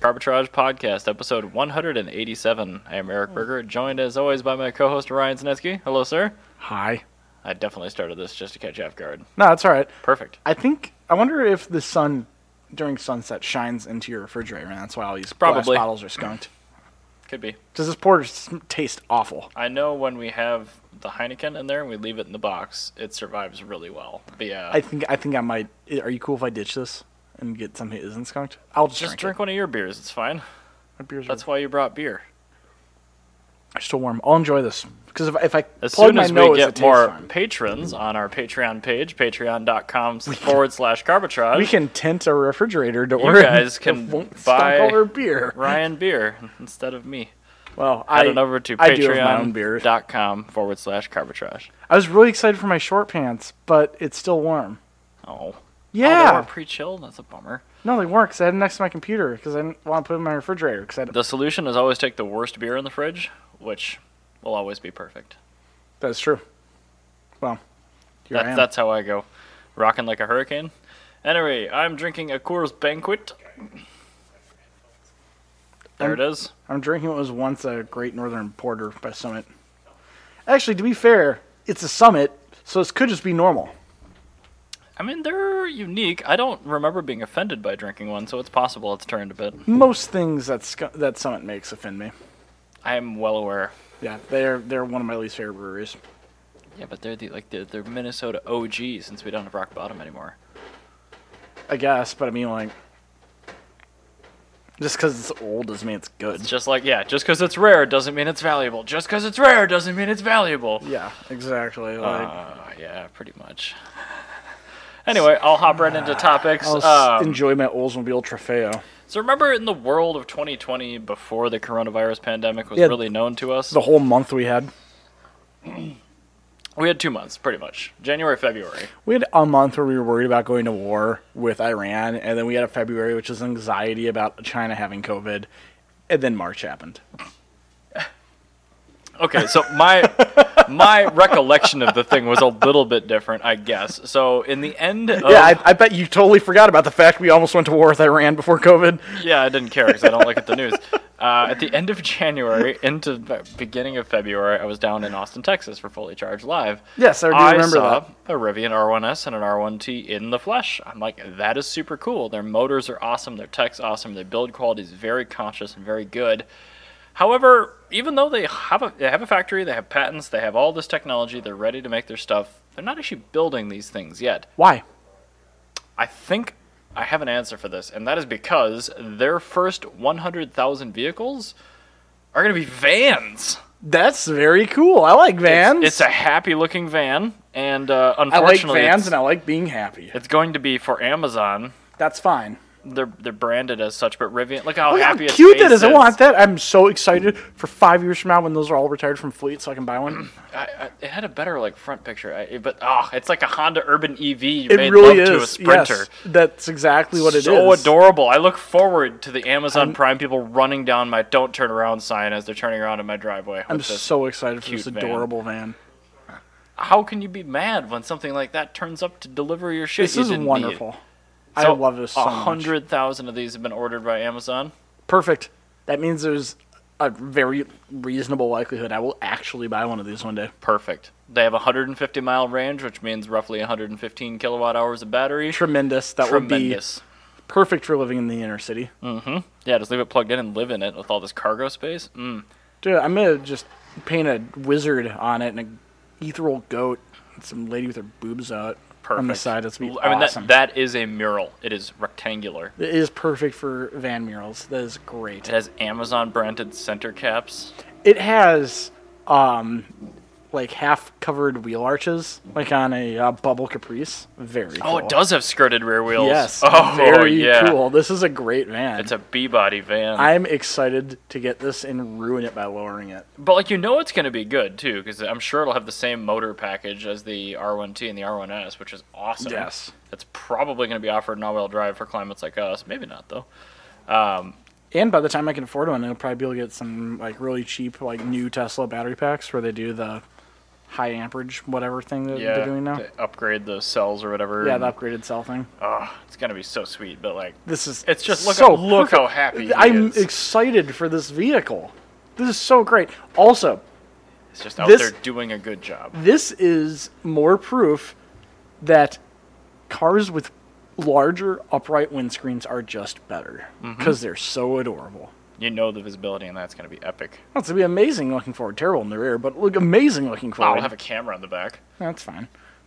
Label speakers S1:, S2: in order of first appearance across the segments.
S1: Arbitrage Podcast, episode 187. I am Eric Berger, joined as always by my co host Ryan Sineski. Hello, sir.
S2: Hi.
S1: I definitely started this just to catch you off guard.
S2: No, that's all right.
S1: Perfect.
S2: I think I wonder if the sun during sunset shines into your refrigerator, and that's why all these glass
S1: Probably.
S2: bottles are skunked.
S1: Could be.
S2: Does this porter s- taste awful?
S1: I know when we have the Heineken in there and we leave it in the box, it survives really well. But yeah,
S2: I think I think I might. i- Are you cool if I ditch this and get something that isn't skunked? I'll just,
S1: just
S2: drink.
S1: drink one of your beers. It's fine.
S2: it. My beers are
S1: That's why you brought beer.
S2: are still warm. I'll enjoy this because if, if I
S1: As
S2: plug
S1: soon
S2: my
S1: as we
S2: nose, it
S1: get
S2: tastes
S1: more
S2: fine.
S1: patrons on our Patreon page, patreon.com forward slash
S2: we
S1: Carbitrage,
S2: can tint a refrigerator door.
S1: You guys
S2: and
S1: can
S2: it won't
S1: buy-
S2: skunk all our beer.
S1: Ryan Beer instead of me.
S2: Well, I
S1: Head on over to
S2: I do have my own beer.
S1: patreon.com forward slash Carbitrage.
S2: I was really excited for my short pants, but it's still warm.
S1: Oh.
S2: Yeah.
S1: Oh, they were pre-chilled? That's a bummer.
S2: No, they weren't because I had them next to my computer because I didn't want to put them in my refrigerator because
S1: The solution is always take the worst beer in the fridge, which will always be perfect.
S2: that's true. Well, here I
S1: That's
S2: am.
S1: that's how I go. Rocking like a hurricane. Anyway, I'm drinking a Coors Banquet. There it is.
S2: I'm drinking what was once a Great Northern Porter by Summit. Actually, to be fair, it's a Summit, so this could just be normal.
S1: I mean, they're unique. I don't remember being offended by drinking one, so it's possible it's turned a bit.
S2: Most things that sc- that Summit makes offend me.
S1: I am well aware.
S2: Yeah, they're they're one of my least favorite breweries.
S1: Yeah, but they're the like they're, they're Minnesota OG since we don't have Rock Bottom anymore.
S2: I guess, but I mean like, just because it's old doesn't mean it's good.
S1: It's just like yeah, just because it's rare doesn't mean it's valuable. Just because it's rare doesn't mean it's valuable.
S2: yeah, exactly. Like,
S1: Uh, yeah, pretty much. Anyway, I'll hop right into topics.
S2: I'll s-
S1: Um,
S2: enjoy my Oldsmobile Trofeo.
S1: So remember in the world of 2020 before the coronavirus pandemic was
S2: Yeah.
S1: really known to us,
S2: The whole month we had.
S1: we had two months pretty much. January, February.
S2: We had a month where we were worried about going to war with Iran, and then we had a February, which was anxiety about China having COVID, and then March happened.
S1: Okay, so my my recollection of the thing was a little bit different, I guess. So in the end of
S2: Yeah, I, I bet you totally forgot about the fact we almost went to war with Iran before COVID.
S1: Yeah, I didn't care because I don't look at the news. Uh, at the end of January into the beginning of February, I was down in Austin, Texas for Fully Charged Live.
S2: Yes, I do remember
S1: saw
S2: that.
S1: a Rivian R1S and an R1T in the flesh. I'm like, that is super cool. Their motors are awesome. Their tech's awesome. Their build quality is very conscious and very good. However, even though they have a, they have a factory, they have patents, they have all this technology, they're ready to make their stuff. They're not actually building these things yet.
S2: Why?
S1: I think I have an answer for this, and that is because their first 100,000 vehicles are going to be vans.
S2: That's very cool. I like vans.
S1: It's a happy looking van, and uh,
S2: I like
S1: unfortunately,
S2: vans,
S1: it's,
S2: and I like being happy.
S1: it's going to be for Amazon.
S2: That's fine.
S1: They're they're branded as such, but Rivian. Look how
S2: Look how
S1: happy its
S2: cute that
S1: face
S2: is. I want that. I'm so excited for five years from now when those are all retired from fleet, so I can buy one.
S1: I, I, it had a better like front picture, I, it- but oh, it's like a Honda Urban E EV
S2: It
S1: made
S2: really
S1: love
S2: is.
S1: to a Sprinter.
S2: Yes, that's exactly what it is.
S1: so adorable. I look forward to the Amazon Prime people running down my "Don't turn around" sign as they're turning around in my driveway.
S2: I'm
S1: with this
S2: so excited for this
S1: cute van.
S2: adorable van.
S1: how can you be mad when something like that turns up to deliver your shit?
S2: This
S1: you
S2: is
S1: didn't
S2: wonderful.
S1: need?
S2: I
S1: So,
S2: love this so
S1: A
S2: much.
S1: hundred thousand of these have been ordered by Amazon.
S2: Perfect. That means there's a very reasonable likelihood I will actually buy one of these one day.
S1: Perfect. They have a 150 mile range, which means roughly 115 kilowatt hours of battery.
S2: Tremendous. That
S1: Tremendous. Mm.
S2: would be perfect for living in the inner city.
S1: Yeah, just leave it plugged in and live in it with all this cargo space. Mm.
S2: Dude, I'm gonna just paint a wizard on it and an ethereal goat and some lady with her boobs out
S1: Perfect.
S2: on the side. That's gonna be
S1: I mean,
S2: awesome.
S1: that, that is a mural. It is rectangular.
S2: it is perfect for van murals. That is great.
S1: It has Amazon branded center caps.
S2: It has um like half covered wheel arches, like on a uh, bubble caprice. Very.
S1: Oh,
S2: cool.
S1: it does have skirted rear wheels.
S2: Yes.
S1: Oh,
S2: very
S1: yeah.
S2: cool. This is a great van.
S1: It's a B body van.
S2: I'm excited to get this and ruin it by lowering it.
S1: But like you know, it's going to be good too, because I'm sure it'll have the same motor package as the R1T and the R1S, which is awesome.
S2: Yes.
S1: it's probably going to be offered in all-wheel drive for climates like us. Maybe not though.
S2: And by the time I can afford one, I'll probably be able to get some like really cheap like new Tesla battery packs where they do the high amperage whatever thing that
S1: Yeah,
S2: they're doing now.
S1: to upgrade the cells or whatever.
S2: Yeah,
S1: and-
S2: the upgraded cell thing.
S1: oh, it's gonna be so sweet. But like,
S2: This is
S1: it's just look,
S2: so
S1: look
S2: perfect.
S1: how happy he
S2: I'm
S1: is.
S2: excited for this vehicle. This is so great. Also,
S1: it's just out
S2: this-
S1: there doing a good job.
S2: this is more proof that cars with larger upright windscreens are just better
S1: Mm-hmm.
S2: because they're so adorable.
S1: You know the visibility in that's gonna be epic.
S2: Well, it's gonna be amazing looking forward. Terrible in the rear, but look amazing looking forward.
S1: I'll have a camera on the back.
S2: That's fine.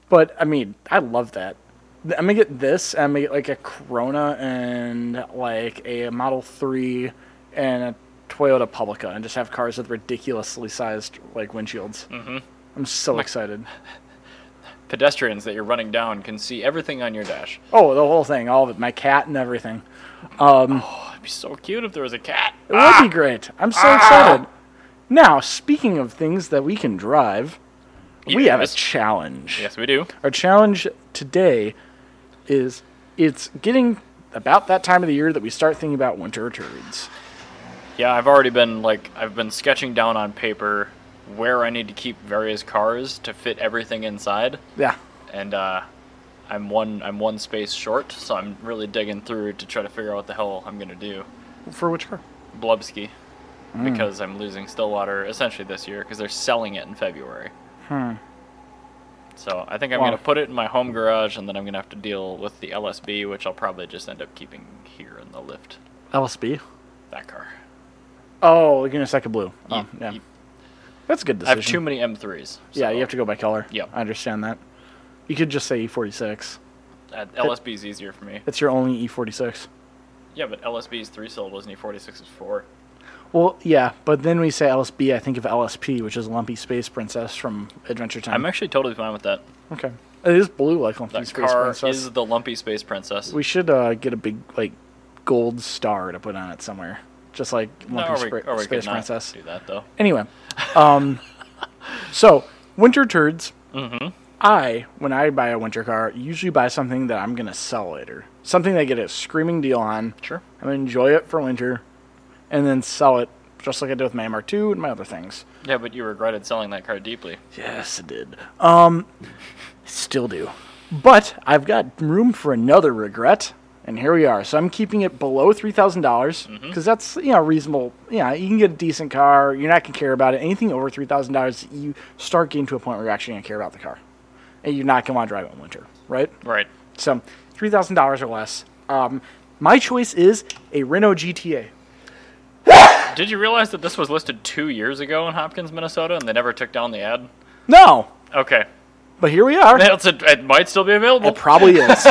S2: But I mean, I love that. Th- I'm gonna get this. and I'm gonna get like a Corona and like a Model Three and a Toyota Publica, and just have cars with ridiculously sized like windshields. Mm-hmm. I'm so excited.
S1: Pedestrians that you're running down can see everything on your dash.
S2: Oh, the whole thing, all of it, my cat and everything.
S1: It'd be so cute if there was a cat.
S2: It would be great. I'm so
S1: Ah!
S2: excited. Now, speaking of things that we can drive, we have a
S1: Yes.
S2: challenge.
S1: Yes, we do.
S2: Our challenge today is it's getting about that time of the year that we start thinking about winter turds.
S1: Yeah, I've already been like I've been sketching down on paper where I need to keep various cars to fit everything inside,
S2: Yeah.
S1: and uh, I'm one I'm one space short, so I'm really digging through to try to figure out what the hell I'm gonna do.
S2: For which car?
S1: Blubsky,
S2: Hmm.
S1: because I'm losing Stillwater essentially this year because they're selling it in February. So I think I'm
S2: Hmm. Wow.
S1: gonna put it in my home garage, and then I'm gonna have to deal with the LSB, which I'll probably just end up keeping here in the lift.
S2: LSB.
S1: That car.
S2: Oh, Uniseca Blue. Oh,
S1: You-
S2: yeah.
S1: you-
S2: That's a good
S1: I
S2: decision.
S1: have too many M3s.
S2: Yeah,
S1: so-
S2: you have to go by color.
S1: Yep.
S2: I understand that. You could just say E46.
S1: Uh, LSB is easier for me.
S2: It's your only E E46.
S1: Yeah, but LSB is three syllables and E46 is four.
S2: Mm-hmm. Well, yeah, but then we say LSB, I think of LSP, which is Lumpy Space Princess from Adventure Time.
S1: I'm actually totally fine with that.
S2: okay. It is blue like Lumpy
S1: That
S2: Space
S1: car
S2: Princess.
S1: is the lumpy space princess.
S2: We should uh, get a big like gold star to put on it somewhere, just like
S1: No,
S2: Lumpy
S1: or we,
S2: Spra-
S1: or we
S2: Space
S1: could not
S2: Princess.
S1: do that though.
S2: Anyway, um, so winter turds. Mm-hmm. I when I buy a winter car, usually buy something that I'm gonna sell later, something I get a screaming deal on.
S1: Sure.
S2: I'm gonna enjoy it for winter, and then sell it just like I did with my MR2 and my other things.
S1: Yeah, but you regretted selling that car deeply.
S2: Yes, it did. Um, still do. But I've got room for another regret, and here we are. So I'm keeping it below three thousand dollars because that's you know reasonable. Yeah, you can get a decent car. You're not gonna care about it. Anything over three thousand dollars, you start getting to a point where you're actually gonna care about the car, and you're not gonna want to drive it in winter, right?
S1: Right.
S2: So three thousand dollars or less. Um, my choice is a Renault GTA.
S1: Did you realize that this was listed two years ago in Hopkins, Minnesota, and they never took down the ad?
S2: No,
S1: Okay,
S2: but here we are.
S1: That's a, it might still be available.
S2: It probably is.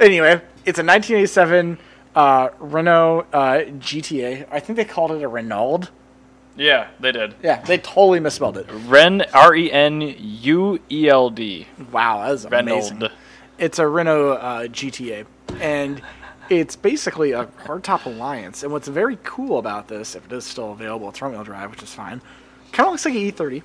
S2: anyway, it's a 1987 uh, Renault uh, GTA. I think they called it a Renault.
S1: yeah, they did.
S2: Yeah, they totally misspelled it.
S1: Ren R E N U E L D.
S2: Wow, that was amazing.
S1: Renold.
S2: It's a Renault uh, GTA, and it's basically a hardtop alliance. And what's very cool about this, if it is still available, it's front-wheel drive, which is fine. Kind of looks like an E30.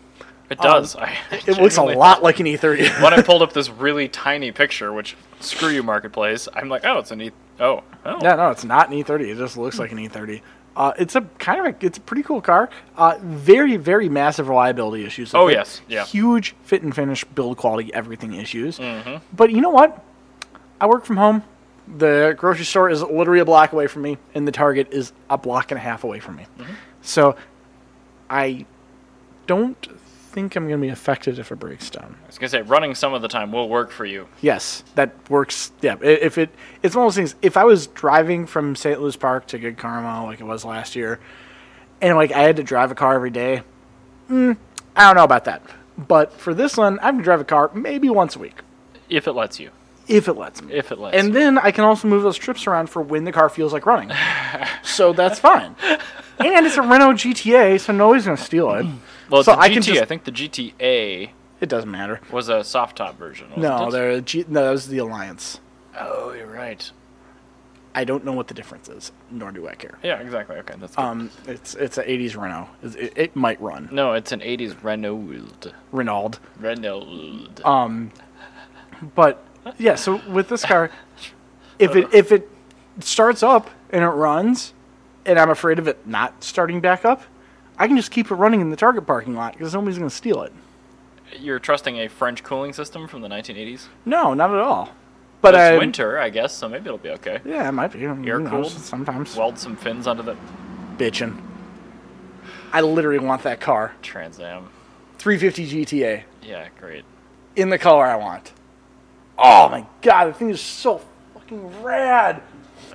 S1: It does. I,
S2: Um, It looks a
S1: genuinely-
S2: lot like an E E30.
S1: when I pulled up this really tiny picture, which screw you, marketplace, I'm like, oh, it's an e. Oh, oh.
S2: No, no, it's not an E30. It just looks like an E30. Uh, it's a kind of a, it's a pretty cool car. Uh, very, very massive reliability issues. with
S1: Oh,
S2: it.
S1: yes. Yeah.
S2: Huge fit and finish, build quality, everything issues.
S1: Mm-hmm.
S2: But you know what? I work from home. The grocery store is literally a block away from me, and the Target is a block and a half away from me.
S1: Mm-hmm.
S2: So I don't think I'm going to be affected if it breaks down.
S1: I was gonna say running some of the time will work for you.
S2: Yes, that works. Yeah, i- if it it's one of those things. If I was driving from St. Louis Park to Good Karma, like it was last year, and like I had to drive a car every day, mm, I don't know about that. But for this one, I'm gonna drive a car maybe once a week
S1: If it lets you.
S2: if it lets me.
S1: If it lets
S2: and
S1: you.
S2: then I can also move those trips around for when the car feels like running. so that's fine. And it's a Renault GTA, so nobody's gonna steal it.
S1: Well, it's
S2: so
S1: the
S2: I
S1: GT.
S2: can just-
S1: I think the GTA
S2: It doesn't matter.
S1: was a soft top version. Wasn't
S2: No,
S1: it?
S2: they're G- no, that was the Alliance.
S1: Oh, you're right.
S2: I don't know what the difference is, nor do I care.
S1: Yeah, exactly. Okay, that's good.
S2: Um, it's it's an '80s Renault. It, it, it might run
S1: no, it's an '80s Renault.
S2: Renault,
S1: Renault.
S2: um, but yeah. So with this car, if it if it starts up and it runs, and I'm afraid of it not starting back up, I can just keep it running in the Target parking lot because nobody's going to steal it.
S1: You're trusting a French cooling system from the 1980s.
S2: No, not at all. But
S1: it's
S2: I,
S1: winter, I guess, so maybe it'll be okay.
S2: yeah, it might be. Air
S1: Air cooled.
S2: sometimes.
S1: Weld some fins onto the
S2: bitching. I literally want that car.
S1: Trans Am.
S2: 350 GTA
S1: Yeah, great.
S2: in the color I want. Oh my god, the thing is so fucking rad.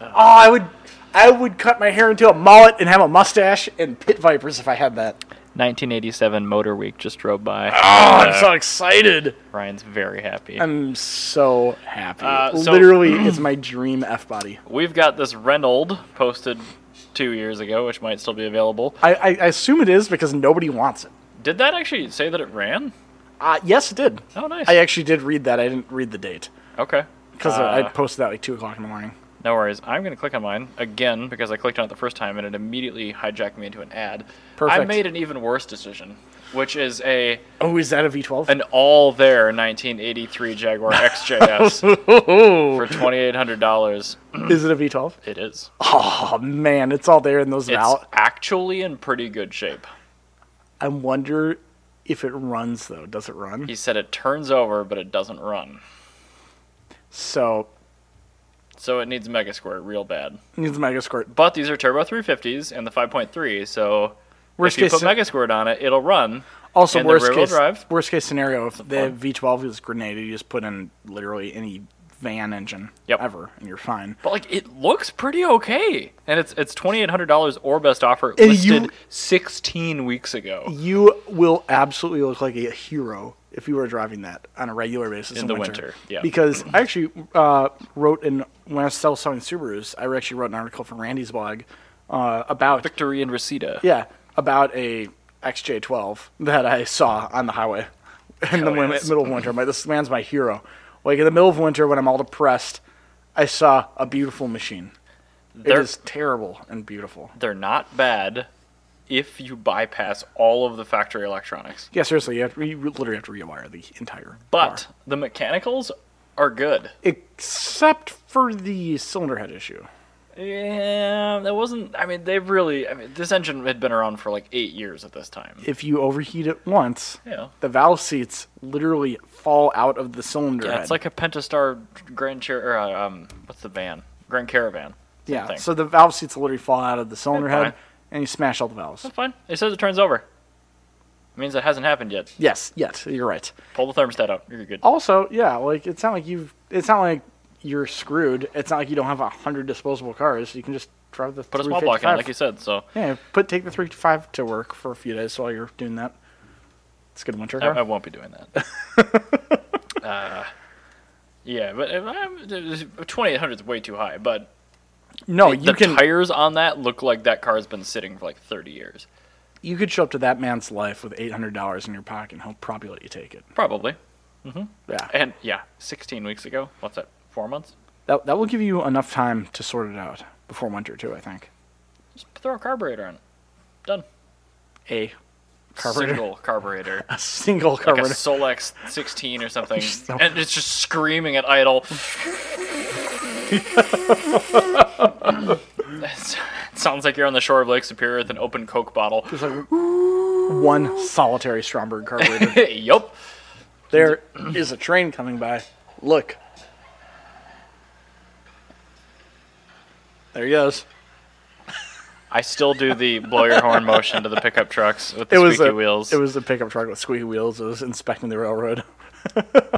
S2: Oh, I would, I would cut my hair into a mullet and have a mustache and pit vipers if I had that.
S1: 1987 Motor Week just drove by.
S2: Oh, I'm so excited.
S1: Ryan's very happy.
S2: I'm so happy.
S1: Uh, so-
S2: Literally, it's my dream F body.
S1: We've got this Reynold posted two years ago, which might still be available.
S2: I, I, I assume it is because nobody wants it.
S1: Did that actually say that it ran?
S2: Uh, yes, it did.
S1: Oh, nice.
S2: I actually did read that. I didn't read the date
S1: okay.
S2: because
S1: Uh,
S2: I posted that like two o'clock in the morning.
S1: No worries. I'm going to click on mine again because I clicked on it the first time and it immediately hijacked me into an ad. I
S2: Perfect.
S1: made an even worse decision, which is a
S2: Oh, is that a V12?
S1: an all there 1983 Jaguar XJS for $2,800.
S2: is it a V12?
S1: It is.
S2: Oh man, it's all there in those
S1: It's
S2: valves.
S1: actually in pretty good shape.
S2: I wonder if it runs though. Does it run?
S1: He said it turns over, but it doesn't run.
S2: So
S1: So it needs Mega Squirt real bad.
S2: needs a mega squirt.
S1: But these are turbo 350s and the 5.3, so
S2: Worst
S1: if you
S2: case
S1: put
S2: sc-
S1: Mega Squirt on it, it'll run.
S2: Also,
S1: And the
S2: worst
S1: rear-wheel
S2: case
S1: drive?
S2: worst case scenario, if the
S1: fun.
S2: V12 is grenaded, you just put in literally any van engine
S1: Yep.
S2: ever, and you're fine.
S1: But like it looks pretty okay, and it's it's twenty eight hundred dollars or best offer
S2: And
S1: listed
S2: you-
S1: sixteen weeks ago
S2: You will absolutely look like a hero if you were driving that on a regular basis in,
S1: the winter, yeah.
S2: Because I actually uh, wrote in when I was self selling Subarus, I actually wrote an article from Randy's blog uh, about
S1: Victory and Reseda.
S2: Yeah, about a XJ12 that I saw on the highway in the win-
S1: yes.
S2: middle of winter. My, this man's my hero. Like in the middle of winter when I'm all depressed, I saw a beautiful machine.
S1: There-
S2: it is terrible and beautiful.
S1: They're not bad if you bypass all of the factory electronics,
S2: Yeah, seriously, you, have to, you literally have to rewire the entire.
S1: but
S2: car.
S1: the mechanicals are good.
S2: except for the cylinder head issue.
S1: Yeah, that wasn't. I mean, they've really. I mean, this engine had been around for like eight years at this time.
S2: If you overheat it once,
S1: Yeah.
S2: the valve seats literally fall out of the cylinder
S1: Yeah,
S2: head.
S1: it's like a Pentastar Grand Chair. Or, uh, um, what's the van? Grand Caravan. Same
S2: yeah.
S1: thing.
S2: So the valve seats literally fall out of the cylinder
S1: fine.
S2: head, and you smash all the valves.
S1: That's fine. It says it turns over. It means it hasn't happened yet.
S2: Yes, yes, you're right.
S1: Pull the thermostat out. You're good.
S2: Also, yeah, like it's not like you've it's not like you're screwed. It's not like you don't have a hundred disposable cars. You can just drive the
S1: Put a small block in,
S2: 355.
S1: like you said. So
S2: Yeah, put take the three five to work for a few days while you're doing that. It's a good winter
S1: I,
S2: car.
S1: I won't be doing that. uh, yeah, but um, if I'm- 2800 is way too high. But
S2: no,
S1: the
S2: Oh, you can
S1: tires on that look like that car has been sitting for like 30 years.
S2: you could show up to that man's life with eight hundred dollars in your pocket, and he'll probably let you take it.
S1: Probably.
S2: Yeah,
S1: And yeah, 16 weeks ago. What's that? Four months?
S2: that that will give you enough time to sort it out before winter too. I think
S1: Just throw a carburetor on it. Done.
S2: a
S1: Single
S2: carburetor,
S1: carburetor.
S2: a single
S1: Like a
S2: carburetor.
S1: Solex 16 or something.
S2: So-
S1: And it's just screaming at idle. That's- it sounds like you're on the shore of Lake Superior with an open Coke bottle.
S2: It's like one solitary Stromberg carburetor.
S1: yup.
S2: There is a train coming by. Look. There he goes.
S1: I still do the blow your horn motion to the pickup trucks with the
S2: It was
S1: squeaky
S2: a,
S1: wheels.
S2: It was a pickup truck with squeaky wheels. It was inspecting the railroad.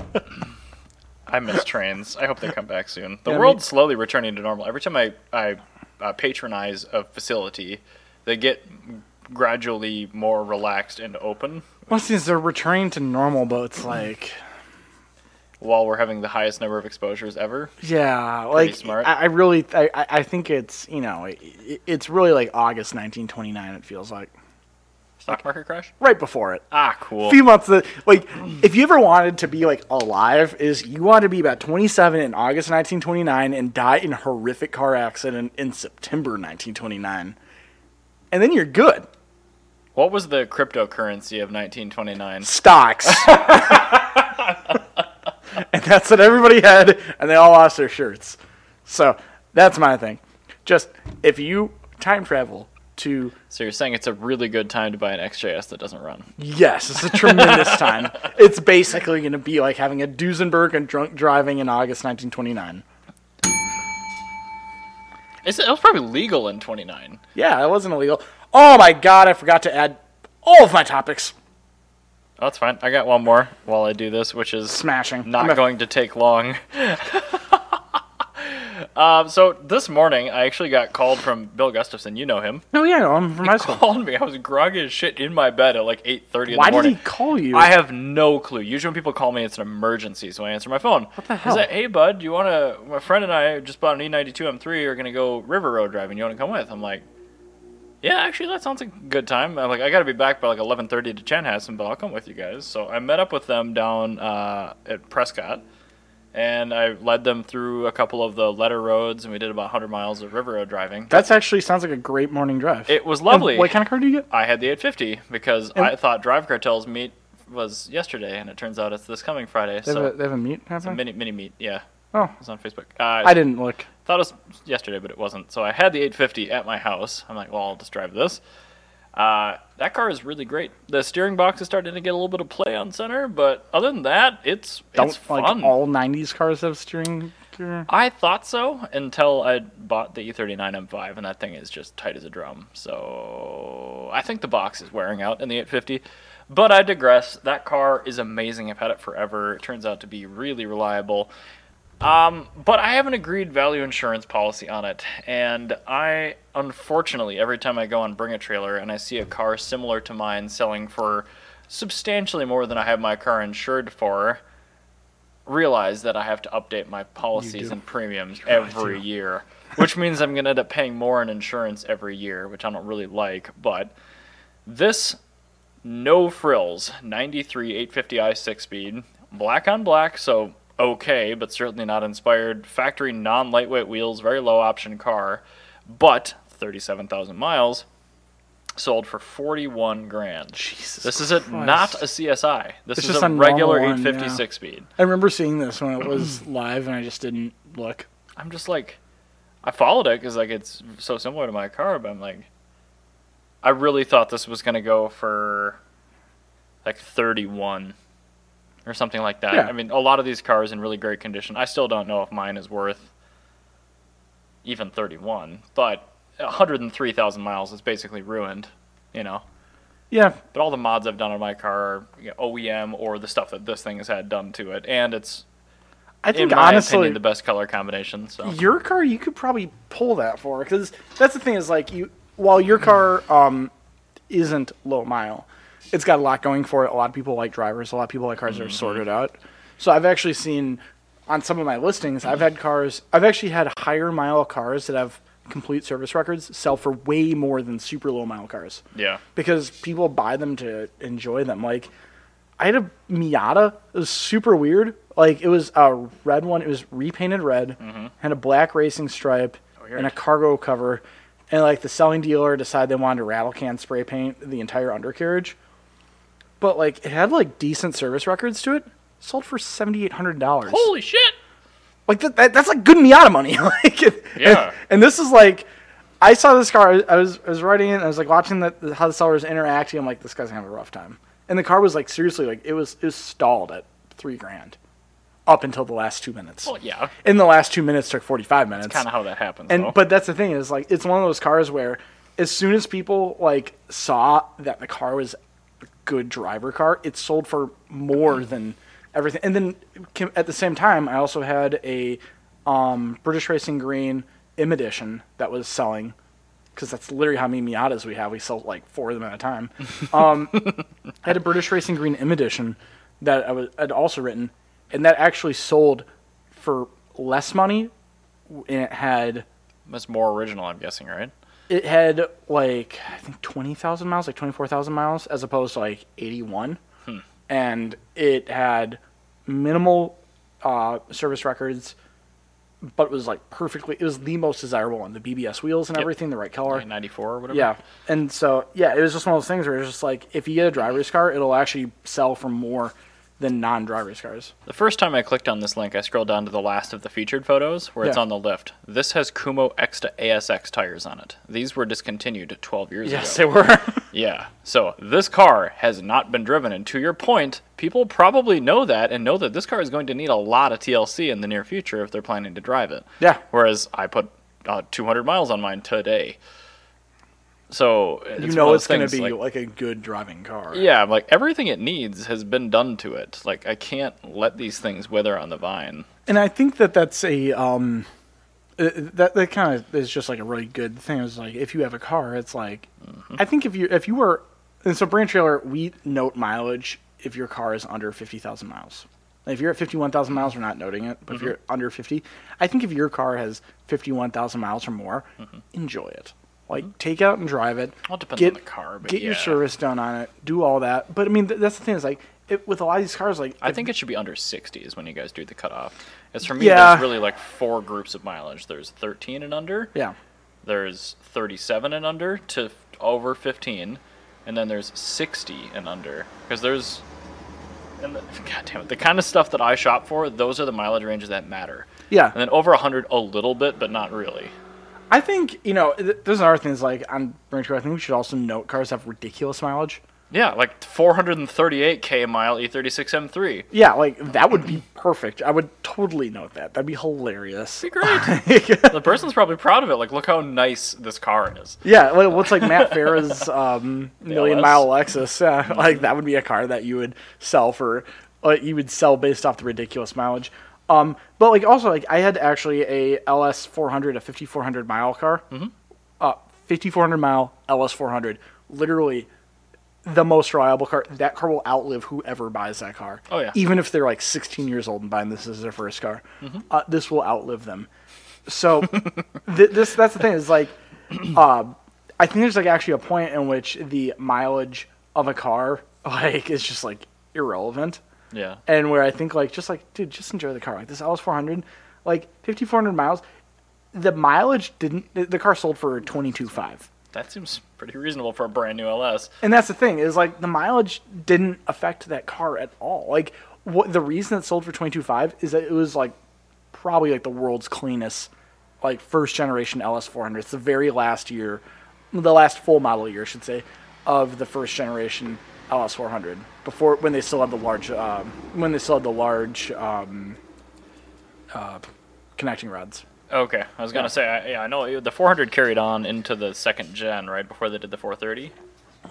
S1: I miss trains. I hope they come back soon. The
S2: Yeah, me-
S1: world's slowly returning to normal. Every time I, I uh, patronize a facility, they get gradually more relaxed and open
S2: Well, since they're returning to normal, but it's like,
S1: while we're having the highest number of exposures ever.
S2: yeah, like
S1: smart.
S2: I, I really, I, I I think it's you know, it, it- it's really like August 1929. It feels like
S1: Stock market crash?
S2: right before it.
S1: Ah, cool.
S2: few months that like if you ever wanted to be like alive is you want to be about 27 in august 1929 and die in a horrific car accident in september 1929 and then you're good
S1: What was the cryptocurrency of 1929?
S2: stocks and that's what everybody had and they all lost their shirts so that's my thing just if you time travel to
S1: So you're saying it's a really good time to buy an XJS that doesn't run.
S2: yes, it's a tremendous time. It's basically going to be like having a Duesenberg and drunk driving in August 1929.
S1: It's, it was probably legal in 29.
S2: Yeah, that wasn't illegal. Oh my god, I forgot to add all of my topics.
S1: Oh, that's fine. I got one more while I do this, which is
S2: Smashing.
S1: Not
S2: I'm a-
S1: going to take long. um, so this morning, I actually got called from Bill Gustafson. You know him.
S2: No, yeah, I'm from high school.
S1: Called me. I was groggy as shit in my bed at like 8:30 in
S2: Why
S1: the
S2: did
S1: morning.
S2: he call you?
S1: I have no clue. Usually, when people call me, it's an emergency, so I answer my phone. What
S2: the
S1: Is
S2: hell?
S1: that, hey, bud, you want to? My friend and I just bought an E E92 M3. Are gonna go River Road driving. You want to come with? I'm like, yeah, actually, that sounds like a good time. I'm like, I gotta be back by like 11:30 to Chanhassen, but I'll come with you guys. So I met up with them down uh, at Prescott, and I led them through a couple of the letter roads, and we did about 100 miles of River Road driving.
S2: That's actually sounds like a great morning drive.
S1: It was
S2: And
S1: lovely.
S2: What kind of car do you get?
S1: I had the 850 because I thought Drive Cartels meet was yesterday, and it turns out it's this coming Friday.
S2: They have,
S1: so
S2: a, they have a meet
S1: it's a
S2: happening.
S1: mini mini meet. Yeah,
S2: oh,
S1: it's on Facebook. Uh,
S2: I didn't look.
S1: thought it was yesterday, but it wasn't. So I had the 850 at my house. I'm like, well, I'll just drive this. Uh, that car is really great. The steering box is starting to get a little bit of play on center, but other than that, it's
S2: Don't
S1: it's
S2: like
S1: fun.
S2: all '90s cars have steering gear.
S1: I thought so until I bought the E E39 M5, and that thing is just tight as a drum. So I think the box is wearing out in the 850. But I digress. That car is amazing. I've had it forever. It turns out to be really reliable. Um, but I have an agreed value insurance policy on it, and I unfortunately every time I go on Bring a Trailer and I see a car similar to mine selling for substantially more than I have my car insured for, realize that I have to update my policies
S2: do.
S1: and premiums every year, which means I'm going to end up paying more in insurance every year, which I don't really like. But this no frills 93 850i 6 speed black on black so okay but certainly not inspired factory non lightweight wheels very low option car but 37,000 miles sold for 41 grand
S2: Jesus
S1: this is a,
S2: Christ.
S1: not a CSI this
S2: It's
S1: is
S2: just
S1: a
S2: a normal
S1: regular
S2: one,
S1: 850
S2: yeah.
S1: 6 speed
S2: I remember seeing this when it was live, and I just didn't look.
S1: I'm just like, I followed it because like it's so similar to my car, but I'm like, I really thought this was gonna go for like 31 or something like that.
S2: Yeah.
S1: I mean, a lot of these cars in really great condition. I still don't know if mine is worth even 31, but 103,000 miles is basically ruined, you know.
S2: Yeah,
S1: But all the mods I've done on my car are you know, OEM or the stuff that this thing has had done to it, and it's
S2: I think
S1: in my
S2: honestly,
S1: opinion the best color combination. So
S2: your car you could probably pull that for because that's the thing is like you while your car um isn't low mile it's got a lot going for it a lot of people like drivers a lot of people like cars that are sorted out so i've actually seen on some of my listings i've had cars i've actually had higher mile cars that have complete service records sell for way more than super low mile cars
S1: yeah.
S2: because people buy them to enjoy them. Like I had a Miata. It was super weird. Like it was a red one. It was repainted red, had a black racing stripe
S1: Weird.
S2: and a cargo cover. And like the selling dealer decided they wanted to rattle can spray paint the entire undercarriage. But like it had like decent service records to it. Sold for seventy eight hundred dollars.
S1: Holy shit!
S2: Like that, that, that's like good Miata money. like, and-
S1: Yeah.
S2: And, this is like, I saw this car. I was I was riding it. And I was like watching the, how the seller was interacting. I'm like, this guy's gonna have a rough time. And the car was like seriously like it was it was stalled at three grand, up until the last two minutes.
S1: Well, Oh, yeah,
S2: And the last two minutes took 45 minutes.
S1: kind of how that happens.
S2: And
S1: though.
S2: but that's the thing is like it's one of those cars where as soon as people like saw that the car was a good driver car, it sold for more than everything. And then com- at the same time, I also had a um, British Racing Green M edition that was selling because that's literally how many Miatas we have. We sell like four of them at a time. Um, I had a British Racing Green M edition that I was, I'd also written, and that actually sold for less money, w- and it had
S1: that's more original, I'm guessing, right?
S2: it had like I think twenty thousand miles, like twenty four thousand miles, as opposed to like eighty one,
S1: Hmm.
S2: and it had minimal uh, service records, but it was like perfectly. It was the most desirable one. The BBS wheels and everything, the right color.
S1: Like 94 or whatever.
S2: Yeah, and so yeah, it was just one of those things where it's just like if you get a driver's car, it'll actually sell for more than non-driver's cars.
S1: The first time I clicked on this link, I scrolled down to the last of the featured photos where it's
S2: Yeah.
S1: on the lift. This has Kumo Extra ASX tires on it. These were discontinued 12 years
S2: Yes,
S1: ago.
S2: they were.
S1: Yeah. So this car has not been driven. And to your point, people probably know that and know that this car is going to need a lot of TLC in the near future if they're planning to drive it.
S2: Yeah.
S1: Whereas I put uh, 200 miles on mine today. So it's
S2: you
S1: one
S2: know
S1: of
S2: it's
S1: those
S2: going to
S1: things,
S2: be
S1: like-
S2: like, a good driving car.
S1: yeah, I'm like everything it needs has been done to it. Like I can't let these things wither on the vine.
S2: And I think that that's a um, uh, that that kind of is just like a really good thing. Is like if you have a car, it's like
S1: Mm-hmm.
S2: I think if you if you were and so brand trailer we note mileage if your car is under fifty thousand miles. Like, If you're at fifty one thousand miles, we're not noting it.
S1: Mm-hmm.
S2: But if you're under fifty, I think if your car has fifty one thousand miles or more, enjoy it. Like take it out and drive it.
S1: Mm-hmm. Well, it depends on the car, but
S2: get your
S1: yeah.
S2: service done on it. Do all that. But I mean, th- that's the thing is like it, with a lot of these cars, like
S1: I
S2: if-
S1: think it should be under 60 is when you guys do the cutoff. As for me,
S2: Yeah.
S1: there's really like four groups of mileage. There's 13 and under.
S2: yeah.
S1: There's 37 and under to f- over 15, and then there's 60 and under because there's. And the, God damn it, the kind of stuff that I shop for, those are the mileage ranges that matter.
S2: Yeah.
S1: And then over 100, a little bit, but not really.
S2: I think you know. th- There's another thing. Is like on Branch Crew, I think we should also note cars have ridiculous mileage.
S1: Yeah, like 438k a mile E E36 M3.
S2: Yeah, like that would be perfect. I would totally note that. That'd be hilarious.
S1: Be great. the person's probably proud of it. Like, look how nice this car is.
S2: Yeah, like, what's like Matt Farah's um, million
S1: LS?
S2: mile Lexus? Yeah, like that would be a car that you would sell for. Uh, you would sell based off the ridiculous mileage. Um, but like also like I had actually a LS 400, a 5400 mile car, mm-hmm. uh, 5400 mile LS 400, literally the most reliable car. That car will outlive whoever buys that car.
S1: Oh, yeah.
S2: even if they're like 16 years old and buying this as their first car,
S1: Mm-hmm.
S2: uh, this will outlive them. So th- this that's the thing is like, uh, I think there's like actually a point in which the mileage of a car like is just like irrelevant,
S1: Yeah.
S2: and where I think like just like dude, just enjoy the car. Like this LS 400, like 5400 miles, the mileage didn't. The the car sold for 22.5.
S1: That seems pretty reasonable for a brand new LS.
S2: And that's the thing is like the mileage didn't affect that car at all. Like what the reason it sold for 22.5 is that it was like probably like the world's cleanest like first generation LS400. It's the very last year, the last full model year, I should say, of the first generation LS400 before when they still had the large um, when they still had the large um, uh, connecting rods.
S1: Okay, I was gonna say, I, yeah, I know the 400 carried on into the second gen, right before they did the 430.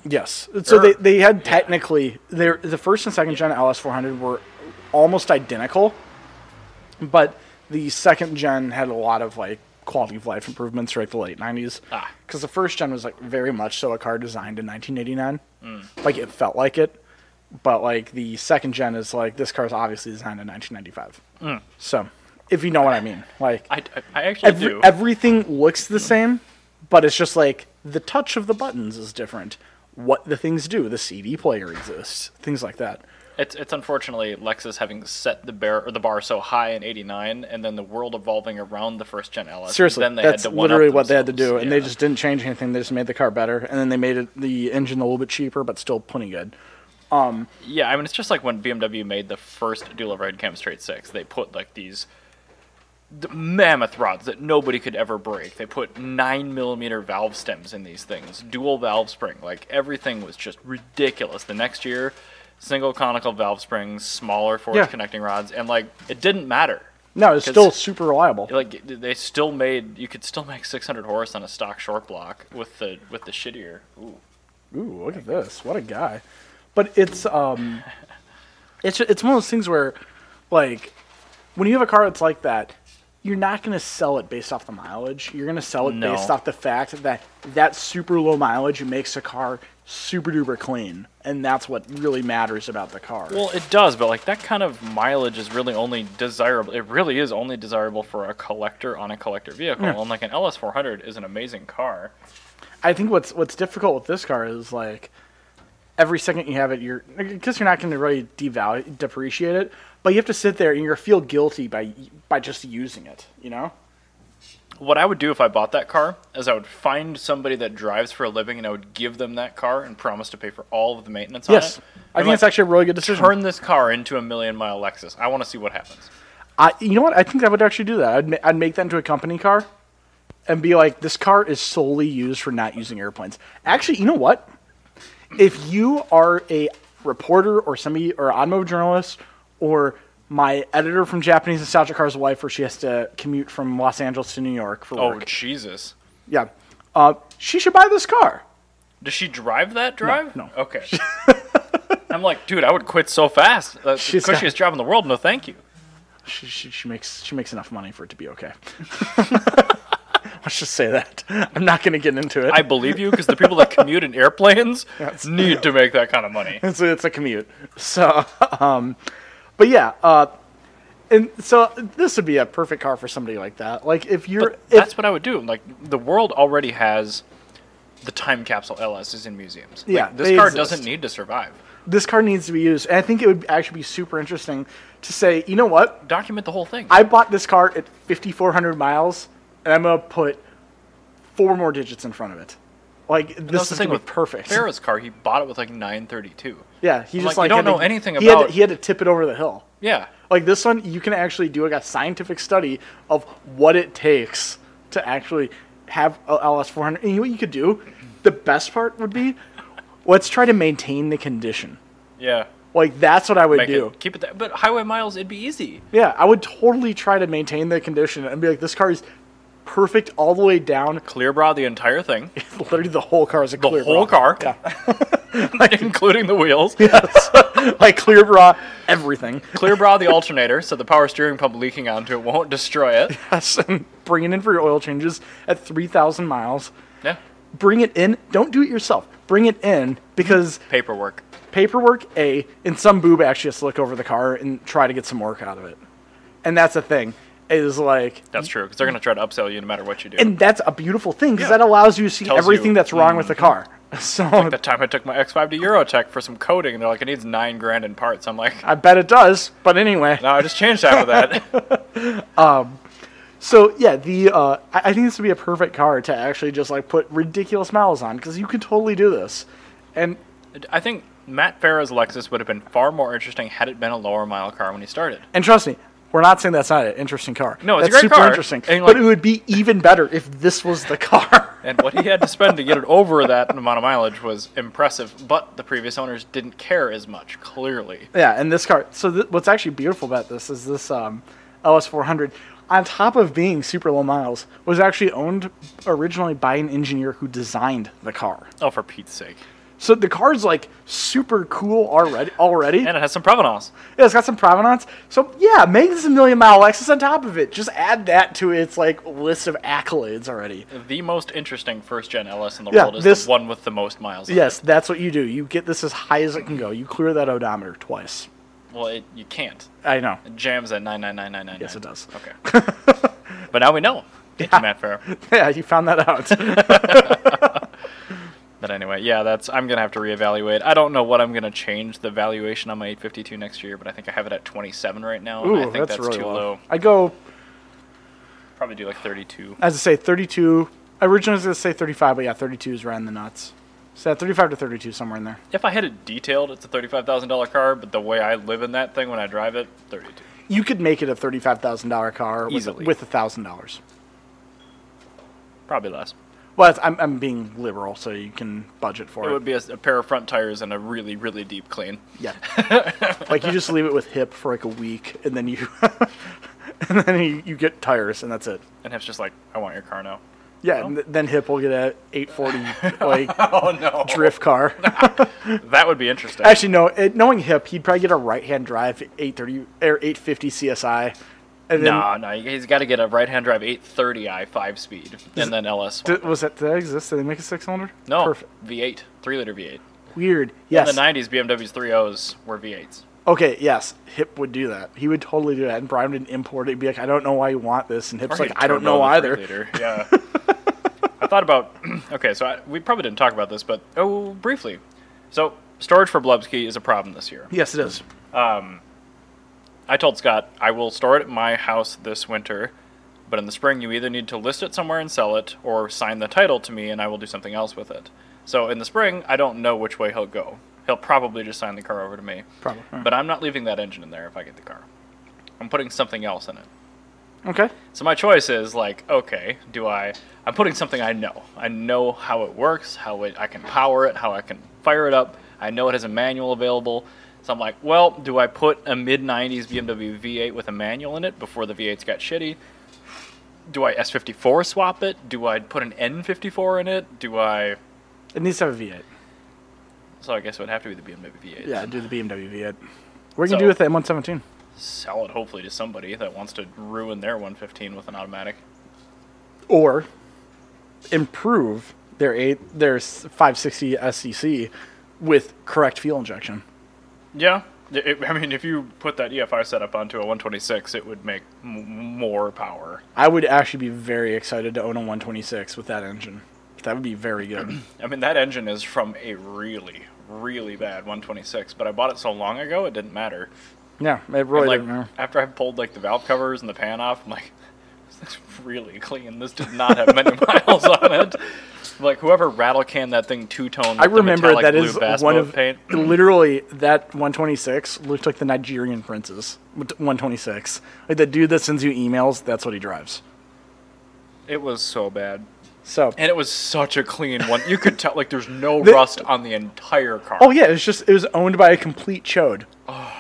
S2: Yes. So
S1: Or-
S2: they, they had technically their the first and second gen LS four hundred were almost identical, but the second gen had a lot of like quality of life improvements for like the late nineties.
S1: Ah.
S2: Because the first gen was like very much so a car designed in nineteen eighty nine. Like it felt like it. But like the second gen is like this car's obviously designed in nineteen ninety five. So if you know what I mean. Like
S1: I, I, I actually
S2: Every,
S1: do.
S2: everything looks the same, but it's just like the touch of the buttons is different. What the things do, the CD player exists, things like that.
S1: It's it's unfortunately Lexus having set the bar or the bar so high in '89, and then the world evolving around the first gen LS.
S2: Seriously,
S1: then they
S2: that's
S1: had to one-up
S2: literally what they had to do,
S1: themselves.
S2: and they
S1: Yeah.
S2: just didn't change anything. They just made the car better, and then they made it the engine a little bit cheaper, but still plenty good.
S1: Yeah, I mean, it's just like when BMW made the first dual overhead cam straight six. They put like these d- mammoth rods that nobody could ever break. They put nine millimeter valve stems in these things, dual valve spring. Like everything was just ridiculous. The next year, single conical valve springs, smaller forged
S2: Yeah.
S1: connecting rods, and like it didn't matter.
S2: No, it's
S1: 'Cause-
S2: still super reliable.
S1: Like they still made you could still make 600 horse on a stock short block with the with the shittier. Ooh.
S2: Ooh, look at this! What a guy. But it's um, it's it's one of those things where, like, when you have a car that's like that, you're not gonna sell it based off the mileage. You're gonna sell it
S1: No.
S2: based off the fact that that super low mileage makes a car super duper clean, and that's what really matters about the car.
S1: Well, it does, but like that kind of mileage is really only desirable. It really is only desirable for a collector on a collector vehicle. And like an LS400 is an amazing car.
S2: I think what's what's difficult with this car is like every second you have it, you're because you're not going to really devalue depreciate it, but you have to sit there and you're feel guilty by by just using it. You know.
S1: What I would do if I bought that car is I would find somebody that drives for a living and I would give them that car and promise to pay for all of the maintenance on
S2: Yes.
S1: it.
S2: I think
S1: like,
S2: it's actually a really good decision.
S1: Turn this car into a million mile Lexus. I want to see what happens.
S2: I, you know what? I think I would actually do that. I'd, ma- I'd make that into a company car and be like, this car is solely used for not using airplanes. Actually, you know what? If you are a reporter or somebody or automotive journalist or my editor from Japanese Nostalgia Car's wife, where she has to commute from Los Angeles to New York for
S1: Oh
S2: work.
S1: Jesus!
S2: Yeah. Uh, she should buy this car.
S1: Does she drive that drive?
S2: no.
S1: Okay. I'm like, dude, I would quit so fast. Uh, That's
S2: She's
S1: the
S2: got-
S1: cushiest job in the world. No, thank you.
S2: She, she, she makes she makes enough money for it to be okay. Let's just say that. I'm not going to get into it.
S1: I believe you because the people that commute in airplanes need to make that kind of money.
S2: it's a, it's a commute. So, um, but yeah, uh, and so this would be a perfect car for somebody like that. Like if you're,
S1: But
S2: if,
S1: that's what I would do. Like the world already has the time capsule LS is in museums. Like,
S2: Yeah,
S1: this
S2: they
S1: car
S2: exist.
S1: doesn't need to survive.
S2: this car needs to be used, and I think it would actually be super interesting to say, you know what?
S1: Document the whole thing.
S2: I bought this car at 5,400 miles, and I'm gonna put four more digits in front of it. Like
S1: That
S2: this
S1: was
S2: is gonna be perfect.
S1: Farrah's car. He bought it with like 932.
S2: Yeah, he
S1: I'm like,
S2: just like,
S1: you
S2: had
S1: don't
S2: to-
S1: know anything
S2: he had to-
S1: about-
S2: he had to tip it over the hill.
S1: Yeah.
S2: Like this one, you can actually do like a scientific study of what it takes to actually have a LS 400. And you know what you could do? The best part would be, let's try to maintain the condition.
S1: Yeah.
S2: Like that's what I would
S1: Make
S2: do.
S1: it, keep it that. But highway miles, it'd be easy.
S2: Yeah, I would totally try to maintain the condition and be like, this car is perfect all the way down.
S1: Clear bra the entire thing,
S2: Literally, the whole car is a
S1: the
S2: clear
S1: whole
S2: bra.
S1: car, including the wheels.
S2: like clear bra, everything.
S1: Clear bra the alternator, so the power steering pump leaking onto it won't destroy it.
S2: Yes, and bring it in for your oil changes at 3,000 miles.
S1: Yeah.
S2: Bring it in. Don't do it yourself. Bring it in because
S1: Paperwork.
S2: paperwork A, and some boob actually has to look over the car and try to get some work out of it. And that's the thing, is like,
S1: That's true because they're gonna try to upsell you no matter what you do.
S2: and that's a beautiful thing because
S1: Yeah.
S2: that allows you to see
S1: Tells
S2: everything
S1: you. Mm-hmm.
S2: that's wrong with the car. So
S1: the time I took my X5 to Eurotech for some coding, and they're like, it needs nine grand in parts. I'm like,
S2: I bet it does. But anyway,
S1: no, I just changed that with that.
S2: so yeah, the uh, I, I think this would be a perfect car to actually just like put ridiculous miles on because you could totally do this, and
S1: I think Matt Farah's Lexus would have been far more interesting had it been a lower mile car when he started.
S2: And trust me, we're not saying that's not an interesting car.
S1: No, it's a
S2: that's
S1: great
S2: super
S1: car.
S2: interesting.
S1: And, like-
S2: but it would be even better if this was the car.
S1: And what he had to spend to get it over that amount of mileage was impressive, but the previous owners didn't care as much, clearly.
S2: yeah, and this car. So th- what's actually beautiful about this is this um, LS400, on top of being super low miles, was actually owned originally by an engineer who designed the car.
S1: Oh, for Pete's sake.
S2: So the car's like super cool already. Already,
S1: And it has some provenance.
S2: Yeah, it's got some provenance. So yeah, make this a million mile Lexus on top of it. Just add that to its like list of accolades already.
S1: The most interesting first gen LS in the
S2: Yeah,
S1: world is
S2: this-
S1: the one with the most miles. on
S2: Yes, that's what you do. You get this as high as it can go. You clear that odometer twice.
S1: it. Well, it, you can't.
S2: I know.
S1: It jams at 99999.
S2: Yes, it does.
S1: Okay. but now we know. Thank you, Matt Farah.
S2: Yeah, you found that out.
S1: But anyway, yeah, that's I'm gonna have to reevaluate. I don't know what I'm gonna change the valuation on my 852 next year, but I think I have it at 27 right now. and
S2: Ooh,
S1: I think
S2: that's,
S1: that's,
S2: really
S1: too
S2: low.
S1: low.
S2: I go,
S1: Probably do like 32.
S2: as I say, 32. I originally was going to say 35, but yeah, 32 is around the nuts. So yeah, 35 to 32, somewhere in there.
S1: If I had it detailed, it's a $35,000 car. But the way I live in that thing when I drive it, 32.
S2: You could make it a $35,000 car
S1: Easily.
S2: with, with $1,000.
S1: Probably less.
S2: Well, it's- I'm, I'm being liberal, so you can budget for
S1: It
S2: it.
S1: would be a, a pair of front tires and a really, really deep clean.
S2: Yeah. like you just leave it with hip for like a week, and then you, and then you, you get tires, and that's it.
S1: And it's just like, I want your car now.
S2: Yeah, and th- then Hip will get a 840 like
S1: Oh no.
S2: drift car.
S1: That would be interesting.
S2: Actually, no. It, knowing Hip, he'd probably get a right-hand drive 830 or 850 CSI. And then,
S1: no, no, he's got to get a right-hand drive 830i five speed and then LS.
S2: Did- was that did that exist? Did they make a six-cylinder?
S1: no,
S2: Perfect.
S1: V8, three-liter V8.
S2: Weird. Yes.
S1: In the 90s, BMW's 3.0s were V8s.
S2: okay. Yes. Hip would do that. He would totally do that. And Brian would import it. He'd be like, I don't know why you want this. And Hip's
S1: Or
S2: like,
S1: he'd
S2: I don't
S1: turbo the
S2: know either.
S1: 3-liter, Yeah. I thought about. Okay, so I, we probably didn't talk about this, but oh, briefly. So storage for Blubsky is a problem this year.
S2: Yes, it is.
S1: I told Scott I will store it at my house this winter, but in the spring you either need to list it somewhere and sell it, or sign the title to me and I will do something else with it. So in the spring, I don't know which way he'll go. He'll probably just sign the car over to me.
S2: Probably. All right.
S1: But I'm not leaving that engine in there if I get the car. I'm putting something else in it.
S2: Okay.
S1: So my choice is like, okay, do I? I'm putting something I know. I know how it works, how it I can power it, how I can fire it up. I know it has a manual available. So I'm like, well, do I put a mid '90s BMW V8 with a manual in it before the V8s got shitty? Do I S54 swap it? Do I put an N54 in it? Do I?
S2: It needs to have a V8.
S1: So I guess it would have to be the BMW V8.
S2: Yeah, do the BMW V8. What are you
S1: So-
S2: gonna do with the M117?
S1: Sell it hopefully to somebody that wants to ruin their 115 with an automatic.
S2: Or improve their eight their s- 560 SCC E with correct fuel injection.
S1: Yeah. It- it- I mean, if you put that EFI setup onto a 126, it would make m- more power.
S2: I would actually be very excited to own a 126 with that engine. That would be very good.
S1: I mean, that engine is from a really, really bad 126, but I bought it so long ago, it didn't matter.
S2: yeah, it
S1: And,
S2: really
S1: like,
S2: didn't matter.
S1: after I pulled, like, the valve covers and the pan off, I'm like, this thing's really clean. This did not have many miles on it. Like, whoever rattle canned that thing two-tone with
S2: I remember
S1: the metallic
S2: that
S1: blue
S2: is
S1: Bass
S2: one
S1: Boat
S2: of
S1: paint.
S2: literally that 126 looked like the Nigerian princes. with 126, like the dude that sends you emails. That's what he drives.
S1: It was so bad.
S2: So,
S1: And it was such a clean one. You could tell, like, there's no
S2: The-
S1: rust on the entire car.
S2: oh yeah, it's just it was owned by a complete chode.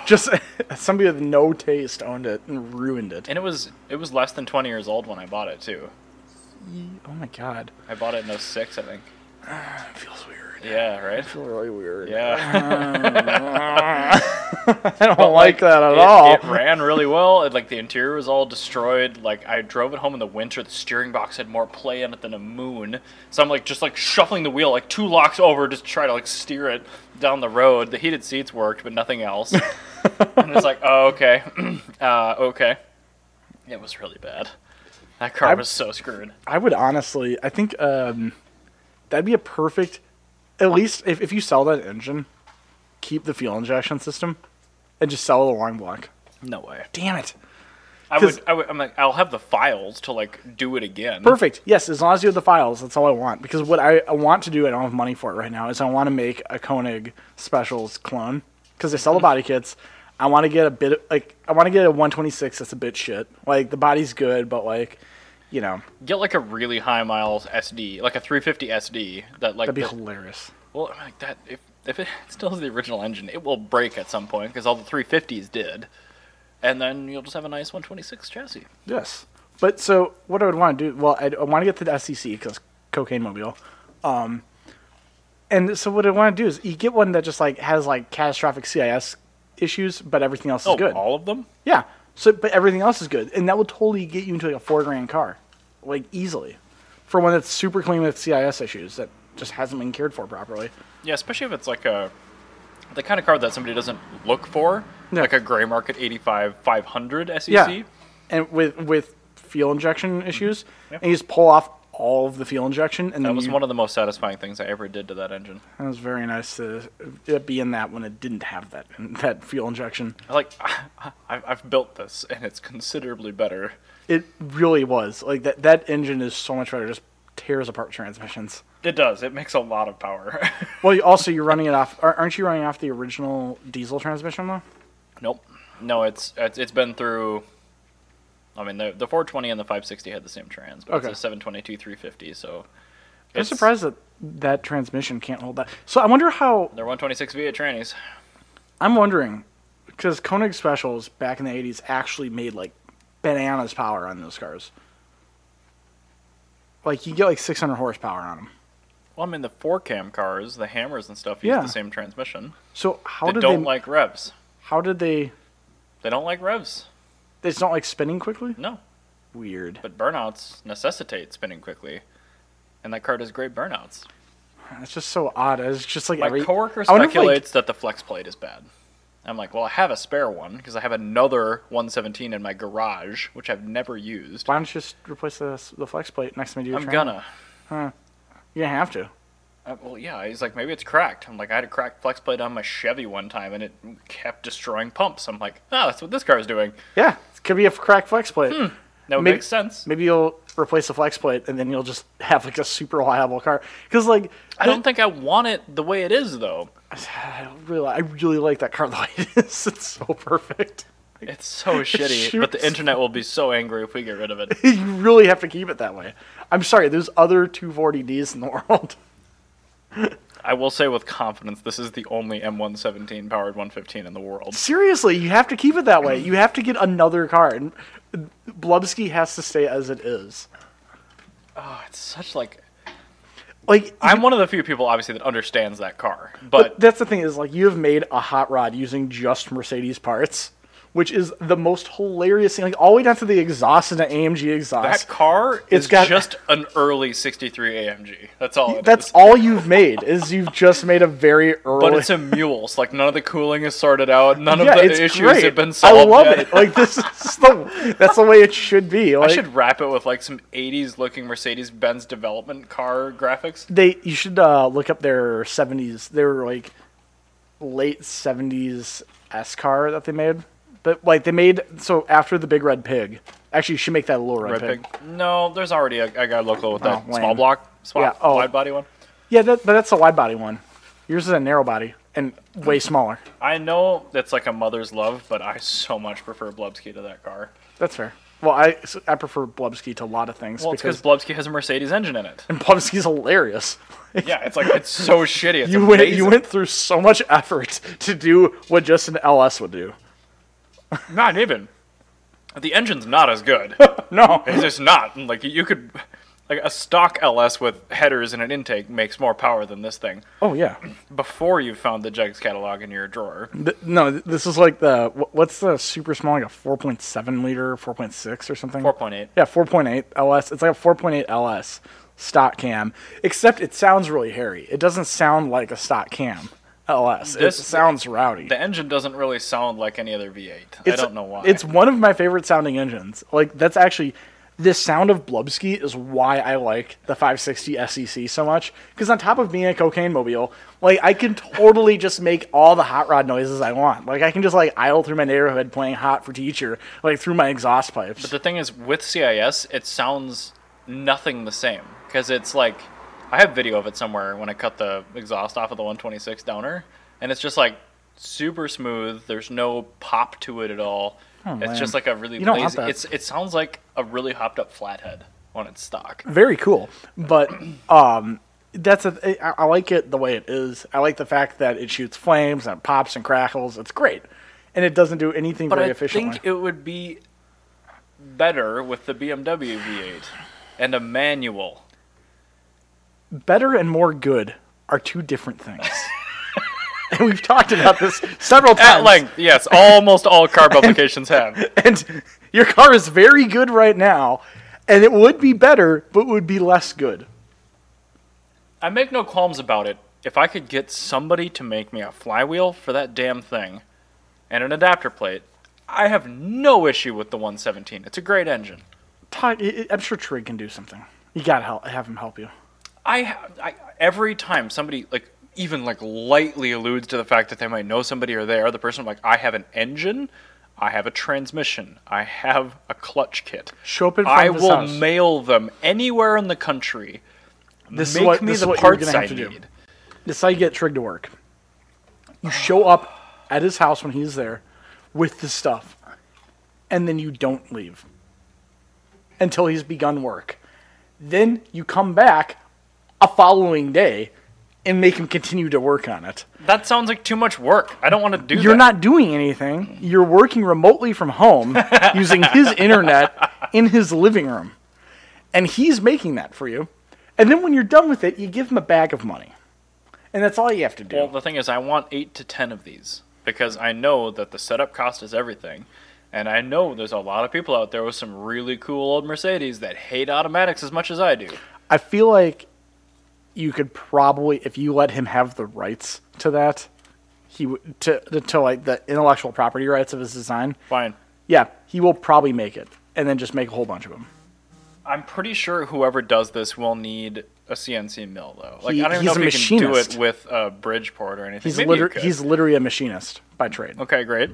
S2: Just somebody with no taste owned it and ruined it.
S1: And it was it was less than 20 years old when I bought it too.
S2: Oh my god,
S1: I bought it in 06, I think.
S2: it feels weird.
S1: Yeah, right?
S2: It feels really weird.
S1: Yeah.
S2: I don't like, that at
S1: it,
S2: all.
S1: It ran really well. It, like the interior was all destroyed. Like I drove it home in the winter. The steering box had more play in it than a moon. So I'm like just like shuffling the wheel like two locks over just to try to like steer it down the road. The heated seats worked, but nothing else. and it's like, oh okay, uh, okay. It was really bad. That car
S2: I-
S1: was so screwed.
S2: I would honestly, I think um, that'd be a perfect. At least if, if you sell that engine, keep the fuel injection system, and just sell the long block.
S1: No way.
S2: Damn it!
S1: I
S2: 'Cause-
S1: would, I would. I'm like, I'll have the files to like do it again.
S2: Perfect. Yes, as long as you have the files, that's all I want. Because what I, I want to do, I don't have money for it right now, is I want to make a Koenig Specials clone. Because they sell the body kits. I want to get a bit of, like I want to get a 126 that's a bit shit. Like the body's good, but like, you know,
S1: Get like a really high miles SD, like a 350 SD. That like,
S2: that'd be
S1: the-
S2: hilarious.
S1: well, I'm like that. If if it still has the original engine, it will break at some point because all the 350s did, and then you'll just have a nice 126 chassis.
S2: Yes. But so what I would want to do, well, I'd, I want to get to the SEC because cocaine mobile. Um, and so what I want to do is you get one that just like has like catastrophic CIS issues, but everything else is
S1: Oh,
S2: good.
S1: all of them.
S2: yeah. So, but everything else is good, and that will totally get you into like a four grand car, like easily, for one that's super clean with CIS issues that just hasn't been cared for properly.
S1: Yeah, especially if it's like a the kind of car that somebody doesn't look for,
S2: Yeah.
S1: like a gray market 85 500 SEC.
S2: Yeah. And with with fuel injection issues,
S1: Yeah.
S2: and you just pull off all of the fuel injection, and
S1: Mm-hmm. That
S2: then
S1: was
S2: you,
S1: one of the most satisfying things I ever did to that engine.
S2: That was very nice to uh, be in that when it didn't have that that fuel injection.
S1: I Like, I've, I've built this, and it's considerably better.
S2: It really was like that. That engine is so much better. Just tears apart transmissions.
S1: It does. It makes a lot of power.
S2: Well, you, also you're running it off. ar- Aren't you running off the original diesel transmission though?
S1: nope. No, it's, it's it's been through. I mean, the the 420 and the 560 had the same trans, but
S2: Okay.
S1: it's a 722 350. So,
S2: I'm
S1: it's-
S2: surprised that that transmission can't hold that. So I wonder how.
S1: They're 126 V8 trannies.
S2: I'm wondering because Koenig specials back in the '80s actually made like bananas power on those cars. Like you get like 600 horsepower on them.
S1: Well, I mean, the four cam cars, the hammers and stuff, use
S2: Yeah.
S1: the same transmission.
S2: So how
S1: They
S2: did
S1: don't
S2: they?
S1: like revs.
S2: how did they?
S1: They don't like revs.
S2: It's not like spinning quickly.
S1: No,
S2: Weird.
S1: but burnouts necessitate spinning quickly, and that car does great burnouts.
S2: It's just so odd. It's just like
S1: My
S2: every
S1: coworker
S2: I wonder if,
S1: speculates that the flex plate is bad. I'm like, well, I have a spare one because I have another 117 in my garage, which I've never used.
S2: Like, why don't you just replace the the flex plate next time you do? your
S1: I'm
S2: train?
S1: gonna.
S2: You're gonna have to.
S1: Uh, well, yeah. He's like, maybe it's cracked. I'm like, I had a cracked flex plate on my Chevy one time, and it kept destroying pumps. I'm like, oh, that's what "Ah, this car's doing.
S2: Yeah, it could be a cracked flex plate.
S1: That would
S2: Maybe-
S1: make sense.
S2: Maybe you'll replace the flex plate and then you'll just have like a super reliable car. Because like
S1: I don't think I want it the way it is though.
S2: I don't really, I really like that car the way it is. It's so perfect.
S1: It's so shitty, but
S2: shoots.
S1: the internet will be so angry if we get rid of it.
S2: you really have to keep it that way. I'm sorry. There's other 240ds in the world.
S1: I will say with confidence, this is the only M117 powered 115 in the world.
S2: Seriously, you have to keep it that way. You have to get another car, and Blubsky has to stay as it is.
S1: Oh,
S2: Ah,
S1: it's such like
S2: Like
S1: I'm one of the few people, obviously, that understands that car, but
S2: that's the thing is like you have made a hot rod using just Mercedes parts, which is the most hilarious thing. Like all the way down to the exhaust and the AMG
S1: that
S2: exhaust.
S1: car
S2: it's
S1: is
S2: got-
S1: just an early '63 AMG. That's all. it is.
S2: that's all you've made is you've just made a very early.
S1: But it's a mule, so like none of the cooling is sorted out. None
S2: yeah,
S1: of
S2: it's
S1: the issues
S2: great.
S1: have been solved.
S2: I love
S1: yet.
S2: it. Like this is the that's the way it should be. Like,
S1: I should wrap it with like some '80s looking Mercedes-Benz development car graphics.
S2: they you should uh, look up their 70s their like late 70s s car that they made but like they made so after the big red pig actually you should make that a little
S1: Red
S2: red, pig.
S1: pig. No, there's already a, a guy local with that
S2: Oh, lame.
S1: small block, small,
S2: Yeah, oh.
S1: wide body one.
S2: yeah that, but that's a wide body one yours is a narrow body and way smaller
S1: I know that's like a mother's love, but I so much prefer Blubsky to that car.
S2: that's fair well i so I prefer blubsky to a lot of things
S1: Well, it's because
S2: because
S1: Blubsky has a Mercedes engine in it.
S2: and blubsky's hilarious
S1: Yeah, it's like it's so shitty. It's
S2: you went,
S1: amazing.
S2: you went through so much effort to do what just an ls would do
S1: not even. The engine's not as good.
S2: no
S1: it's just not. Like you could, like a stock LS with headers and an intake makes more power than this thing.
S2: oh yeah
S1: Before you found the Jegs catalog in your drawer,
S2: Th- no, th- this is like the wh- what's the super small like a 4.7 liter, 4.6 or something.
S1: four point eight.
S2: yeah, 4.8 LS. It's like a 4.8 LS stock cam, except it sounds really hairy. It doesn't sound like a stock cam LS.
S1: This-
S2: it sounds rowdy.
S1: The engine doesn't really sound like any other V8. I
S2: It's-
S1: don't know why.
S2: It's one of my favorite sounding engines. Like that's actually this sound of Blubsky is why I like the 560 SEC E so much. Because on top of being a cocaine mobile, like I can totally just make all the hot rod noises I want. Like I can just like idle through my neighborhood playing "Hot for Teacher" like through my exhaust pipes.
S1: the thing is with CIS, it sounds nothing the same because it's like I have video of it somewhere when I cut the exhaust off of the 126 downer, and it's just like super smooth. There's no pop to it at all.
S2: lame.
S1: it's just like a really
S2: You don't
S1: lazy.
S2: want that.
S1: It's it sounds like a really hopped up flathead on its stock.
S2: Very cool, but um. That's a, I, I like it the way it is. I like the fact that it shoots flames and it pops and crackles. It's great, and it doesn't do anything
S1: But
S2: very
S1: I
S2: efficiently.
S1: think it would be better with the BMW V8 and a manual.
S2: better and more good are two different things. and we've talked about this several times.
S1: At length, yes, almost all car publications have.
S2: And your car is very good right now, and it would be better, but would be less good.
S1: I make no qualms about it. If I could get somebody to make me a flywheel for that damn thing and an adapter plate, I have no issue with the 117. It's a great engine.
S2: Todd, I- I- I'm sure Trig can do something. You gotta help, have him help you.
S1: I, ha- I every time somebody like even like lightly alludes to the fact that they might know somebody or they are the person I'm like I have an engine, I have a transmission, I have a clutch kit.
S2: Show up in front
S1: I
S2: of his
S1: will
S2: house.
S1: mail them anywhere in the country.
S2: This is
S1: Make
S2: what-
S1: me
S2: this is
S1: the
S2: what you're
S1: parts
S2: gonna
S1: I
S2: have to do.
S1: need.
S2: This is how you get Trig to work. You show up at his house when he's there with the stuff, and then you don't leave until he's begun work. Then you come back a following day and make him continue to work on it.
S1: That sounds like too much work. I don't want to do
S2: You're
S1: that.
S2: not doing anything. You're working remotely from home using his internet in his living room. And he's making that for you. And then when you're done with it, you give him a bag of money. And that's all you have to do.
S1: Well, the thing is, I want eight to ten of these because I know that the setup cost is everything, and I know there's a lot of people out there with some really cool old Mercedes that hate automatics as much as I do.
S2: I feel like you could probably, if you let him have the rights to that, he would to, to to like the intellectual property rights of his design.
S1: Fine,
S2: Yeah, he will probably make it, and then just make a whole bunch of them.
S1: I'm pretty sure whoever does this will need a CNC mill though. Like
S2: He-
S1: I don't even
S2: he's
S1: know if
S2: a
S1: you can do it
S2: machinist.
S1: with a Bridgeport or anything.
S2: He's
S1: Maybe you
S2: liter-
S1: could.
S2: he's literally a machinist by trade.
S1: okay, great.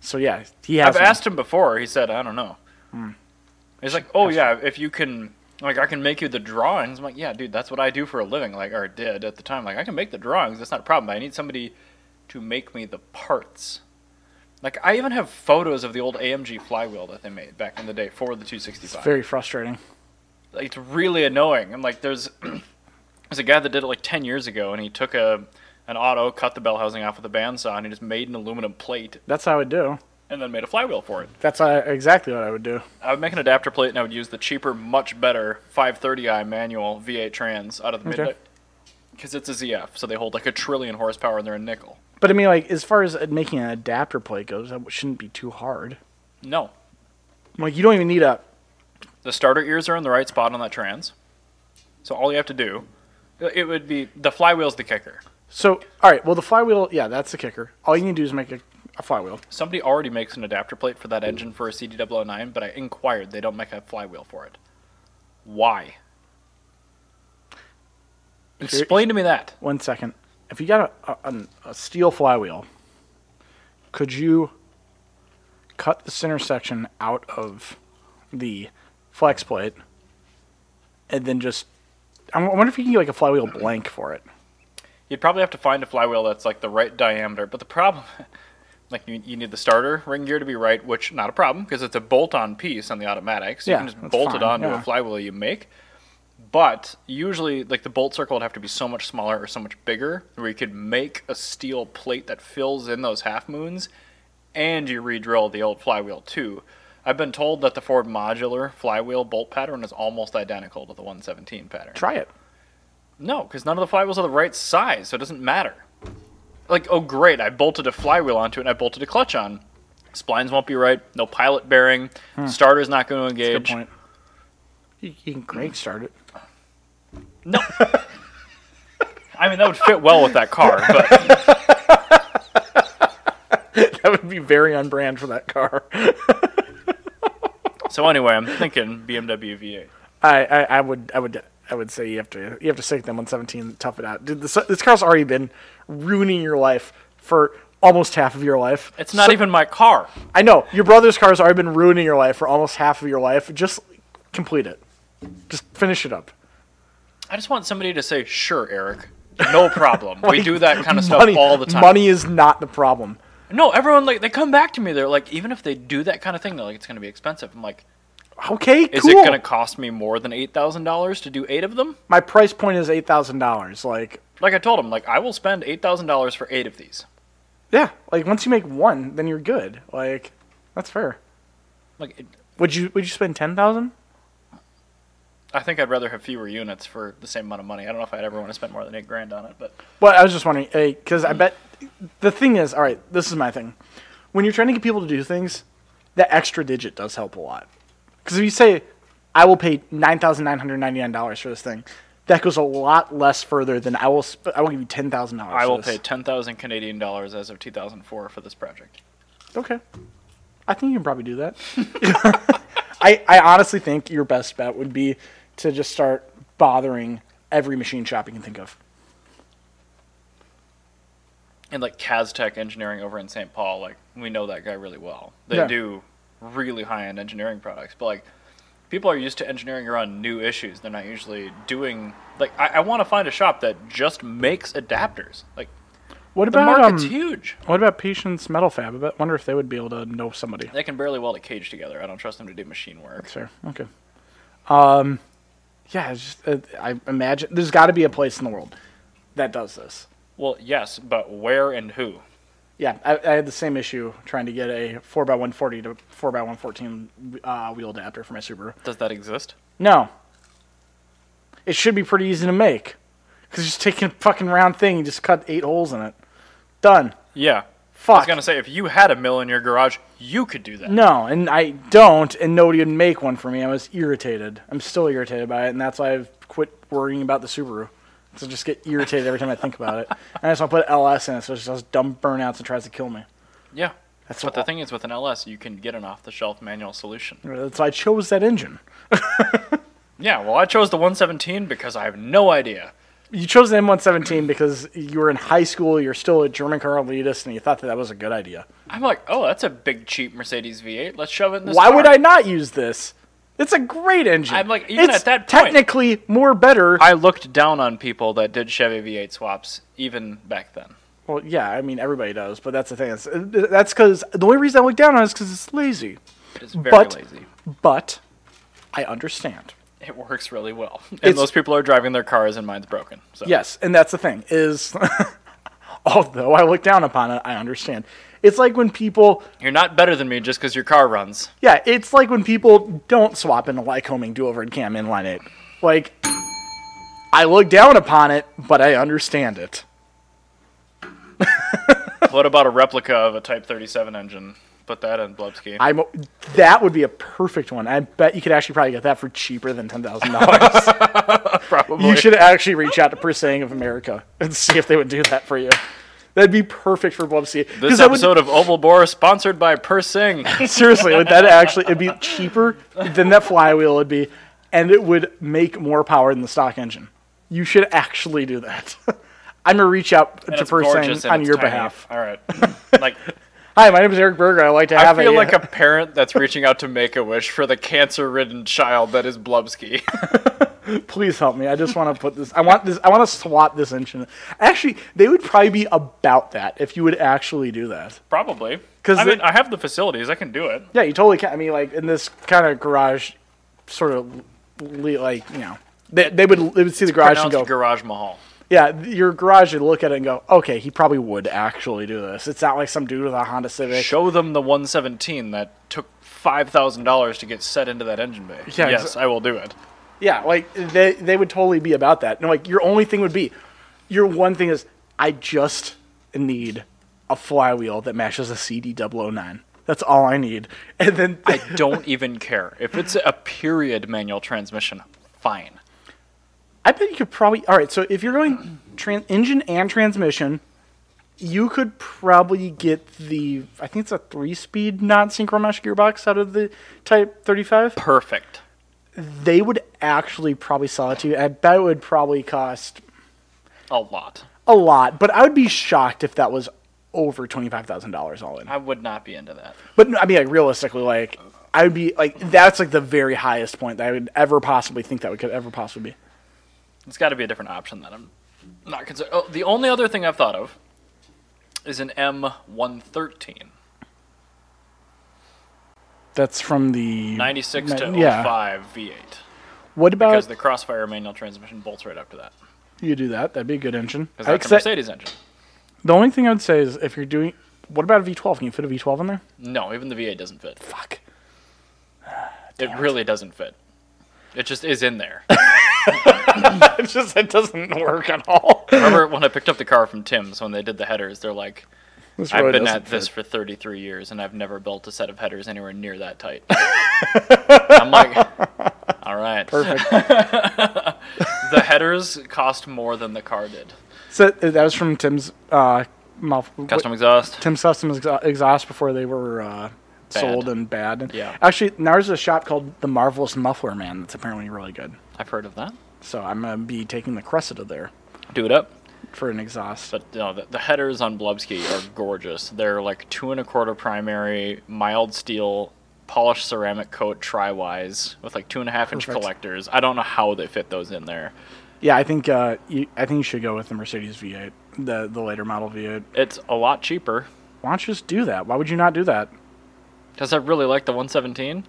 S2: So yeah, he has.
S1: I've
S2: one.
S1: asked him before. He said I don't know. He's like, oh yeah, if you can, like, I can make you the drawings. I'm like, yeah, dude, that's what I do for a living. Like, or did at the time. Like, I can make the drawings. That's not a problem. But I need somebody to make me the parts. Like, I even have photos of the old AMG flywheel that they made back in the day for the 265.
S2: It's very frustrating.
S1: Like, it's really annoying. I'm like, there's there's a guy that did it like 10 years ago, and he took a an auto, cut the bell housing off with a bandsaw, and he just made an aluminum plate
S2: That's how I would do.
S1: and then made a flywheel for it.
S2: That's uh, exactly what I would do.
S1: I would make an adapter plate and I would use the cheaper, much better 530i manual V8 trans out of the
S2: Okay.
S1: midnight because it's a ZF, so they hold like a trillion horsepower and they're in nickel.
S2: But I mean, like, as far as uh, making an adapter plate goes, that shouldn't be too hard.
S1: No,
S2: Like, you don't even need a.
S1: the starter ears are in the right spot on that trans, so all you have to do, it would be the flywheel's the kicker.
S2: So, all right, well, the flywheel, yeah, that's the kicker. All you need to do is make a, a flywheel.
S1: Somebody already makes an adapter plate for that engine for a CD009, but I inquired they don't make a flywheel for it. Why?
S2: you're-
S1: Explain to me that.
S2: One second. If you got a, a, an- a steel flywheel, could you cut the center section out of the flex plate and then just. I wonder if you can get like a flywheel blank for it.
S1: You'd probably have to find a flywheel that's like the right diameter. But the problem, like you, you need the starter ring gear to be right, which not a problem because it's a bolt-on piece on the automatic, so
S2: Yeah,
S1: you can just
S2: that's
S1: bolt
S2: fine,
S1: it onto
S2: yeah.
S1: a flywheel you make. But usually, like the bolt circle would have to be so much smaller or so much bigger, where you could make a steel plate that fills in those half moons, and you re-drill the old flywheel too. I've been told that the Ford modular flywheel bolt pattern is almost identical to the 117 pattern.
S2: Try it.
S1: No, because none of the flywheels are the right size, so it doesn't matter. Like, oh great, I bolted a flywheel onto it and I bolted a clutch on. Splines won't be right, no pilot bearing, starter's not going to
S2: Hmm. Good
S1: engage.
S2: point. You, you can crank start it.
S1: No. I mean, that would fit well with that car, but
S2: that would be very on brand for that car.
S1: so anyway, I'm thinking BMW V8.
S2: I, I, I would I would I would say you have to you have to stick them on 17 tough it out. Dude, this this car's already been ruining your life for almost half of your life.
S1: It's not
S2: So-
S1: even my car.
S2: I know your brother's car's already been ruining your life for almost half of your life. Just complete it. Just finish it up.
S1: I just want somebody to say, "Sure, Eric, no problem." we do that kind of stuff
S2: money,
S1: all the time.
S2: Money is not the problem.
S1: No, everyone like they come back to me. They're like, even if they do that kind of thing, they're like, "It's going to be expensive." I'm like,
S2: Okay,
S1: Is
S2: cool.
S1: it going to cost me more than eight thousand dollars to do eight of them?
S2: My price point is eight thousand dollars. Like
S1: Like I told him, like I will spend eight thousand dollars for eight of these.
S2: yeah, like once you make one, then you're good. Like that's fair.
S1: Like it,
S2: Would you would you spend ten thousand?
S1: I think I'd rather have fewer units for the same amount of money. I don't know if I'd ever want to spend more than eight grand on it, but
S2: Well, I was just wondering because
S1: Mm.
S2: I bet the thing is all right. This is my thing. When you're trying to get people to do things, that extra digit does help a lot. Because if you say, "I will pay nine thousand nine hundred ninety nine dollars for this thing," that goes a lot less further than I will. Sp- I will give you ten thousand dollars.
S1: I will pay ten thousand Canadian dollars as of two thousand four for this project.
S2: Okay, I think you can probably do that. I I honestly think your best bet would be to just start bothering every machine shop you can think of.
S1: And like Kaztech Engineering over in St. Paul, like we know that guy really well. They
S2: Yeah.
S1: do really high end engineering products, but like people are used to engineering around new issues. They're not usually doing like I, I want to find a shop that just makes adapters. Like
S2: What
S1: the
S2: about
S1: market's
S2: um,
S1: huge.
S2: What about Patience Metal Fab? I bet- wonder if they would be able to know somebody.
S1: They can barely weld a cage together. I don't trust them to do machine work.
S2: That's fair. Okay. Um, yeah, it's just, uh, I imagine there's got to be a place in the world that does this.
S1: Well, yes, but where and who?
S2: Yeah, I, I had the same issue trying to get a 4x140 to 4x114 uh, wheel adapter for my Subaru.
S1: Does that exist?
S2: No. It should be pretty easy to make. Because just taking a fucking round thing and just cut eight holes in it. Done.
S1: Yeah. I was
S2: Fuck.
S1: gonna say if you had a mill in your garage, you could do that.
S2: No, and I don't, and nobody would make one for me. I was irritated. I'm still irritated by it, and that's why I've quit worrying about the Subaru. 'Cause I just get irritated every time I think about it. And I just want to put LS in it, so it's just those dumb burnouts that tries to kill me.
S1: Yeah.
S2: That's
S1: but
S2: all.
S1: the thing is, with an LS, you can get an off-the-shelf manual solution.
S2: That's why I chose that engine.
S1: Yeah. Well, I chose the 117 because I have no idea.
S2: You chose the M117 because you were in high school, you're still a German car elitist, and you thought that that was a good idea.
S1: I'm like, oh, that's a big cheap Mercedes V8. Let's shove it in this.
S2: Why would
S1: car."
S2: I not use this? It's a great engine.
S1: I'm like, even
S2: it's
S1: at that point-
S2: technically more better.
S1: I looked down on people that did Chevy V8 swaps even back then.
S2: well, yeah, I mean everybody does, but that's the thing. It's, uh, that's because the only reason I look down on it is because it's lazy.
S1: It's very
S2: But-
S1: lazy.
S2: But I understand.
S1: It works really well.
S2: It's-
S1: And those people are driving their cars and mine's broken. So
S2: Yes, and that's the thing is, although I look down upon it, I understand. It's like when people,
S1: you're not better than me just because your car runs.
S2: yeah, it's like when people don't swap in a Lycoming do over and cam inline it. Like, I look down upon it, but I understand it.
S1: what about a replica of a Type 37 engine? Put that in Blubsky.
S2: I'm that would be a perfect one. I bet you could actually probably get that for cheaper than ten thousand dollars.
S1: Probably.
S2: you should actually reach out to Persaying of America and see if they would do that for you. That'd be perfect for Blubsy.
S1: This episode of Oval Bore is sponsored by Persing.
S2: Seriously, like that actually, it'd be cheaper than that flywheel would be, and it would make more power than the stock engine. You should actually do that. I'm gonna reach out to
S1: It's
S2: person
S1: gorgeous and
S2: on
S1: it's
S2: your
S1: tiny.
S2: behalf.
S1: All right. Like
S2: Hi, my name is Eric Berger. I like to
S1: I
S2: have
S1: feel
S2: a, uh,
S1: like a parent that's reaching out to make a wish for the cancer-ridden child that is Blubsky.
S2: Please help me. I just want to put this. I want this. I want to swap this engine. Actually, they would probably be about that if you would actually do that.
S1: Probably.
S2: 'Cause
S1: I
S2: the-
S1: mean, I have the facilities. I can do it.
S2: Yeah, you totally can. I mean, like in this kind of garage, sort of le- like you know, they, they would they would see the garage and
S1: Pronounced
S2: go,
S1: Garage Mahal.
S2: yeah, th- your garage would look at it and go, okay, he probably would actually do this. It's not like some dude with a Honda Civic.
S1: Show them the 117 that took five thousand dollars to get set into that engine bay.
S2: Yeah,
S1: yes,
S2: exa-
S1: I will do it.
S2: Yeah, like they they would totally be about that. And like your only thing would be, your one thing is, I just need a flywheel that matches a CD 009. That's all I need. And then
S1: I don't even care if it's a period manual transmission. Fine.
S2: I bet you could probably. All right, so if you're going tran- engine and transmission, you could probably get the. I think it's a three-speed non-synchro mesh gearbox out of the Type 35.
S1: Perfect.
S2: They would actually probably sell it to you. I bet it would probably cost
S1: A lot.
S2: a lot, but I would be shocked if that was over twenty-five thousand dollars all in.
S1: I would not be into that.
S2: But no, I mean, like realistically, like I would be like that's like the very highest point that I would ever possibly think that would could ever possibly be.
S1: It's got to be a different option that I'm not considering. Oh, the only other thing I've thought of is an M113.
S2: That's from the
S1: 96 to
S2: yeah.
S1: 05 V8.
S2: What about
S1: Because the Crossfire manual transmission bolts right up to that.
S2: You do that. That'd be a good engine.
S1: Because
S2: I
S1: that's a
S2: accept-
S1: Mercedes engine.
S2: the only thing I would say is if you're doing, what about a V12? Can you fit a V12 in there?
S1: No, even the V8 doesn't fit.
S2: Fuck.
S1: It really doesn't fit. It just is in there.
S2: It's just it doesn't work at all.
S1: Remember when I picked up the car from Tim's when they did the headers? They're like,
S2: This
S1: I've
S2: really
S1: been
S2: doesn't
S1: at this
S2: fit.
S1: for 33 years and I've never built a set of headers anywhere near that tight. I'm like, all right.
S2: Perfect.
S1: The headers cost more than the car did.
S2: so that was from Tim's uh, mouth. wait,
S1: Custom exhaust.
S2: Tim's custom exha- exhaust before they were uh, sold and bad.
S1: Yeah.
S2: Actually, now there's a shop called the Marvelous Muffler Man that's apparently really good.
S1: I've heard of that.
S2: So I'm gonna be taking the Cressida there
S1: Do it up.
S2: for an exhaust.
S1: But no, the, the headers on Blubsky are gorgeous. They're like two and a quarter primary, mild steel, polished ceramic coat tri wise with like two and a half inch
S2: Perfect.
S1: collectors. I don't know how they fit those in there.
S2: Yeah, I think uh, you, I think you should go with the Mercedes V8, the the later model V8.
S1: It's a lot cheaper
S2: Why don't you just do that? Why would you not do that?
S1: because I really like the 117.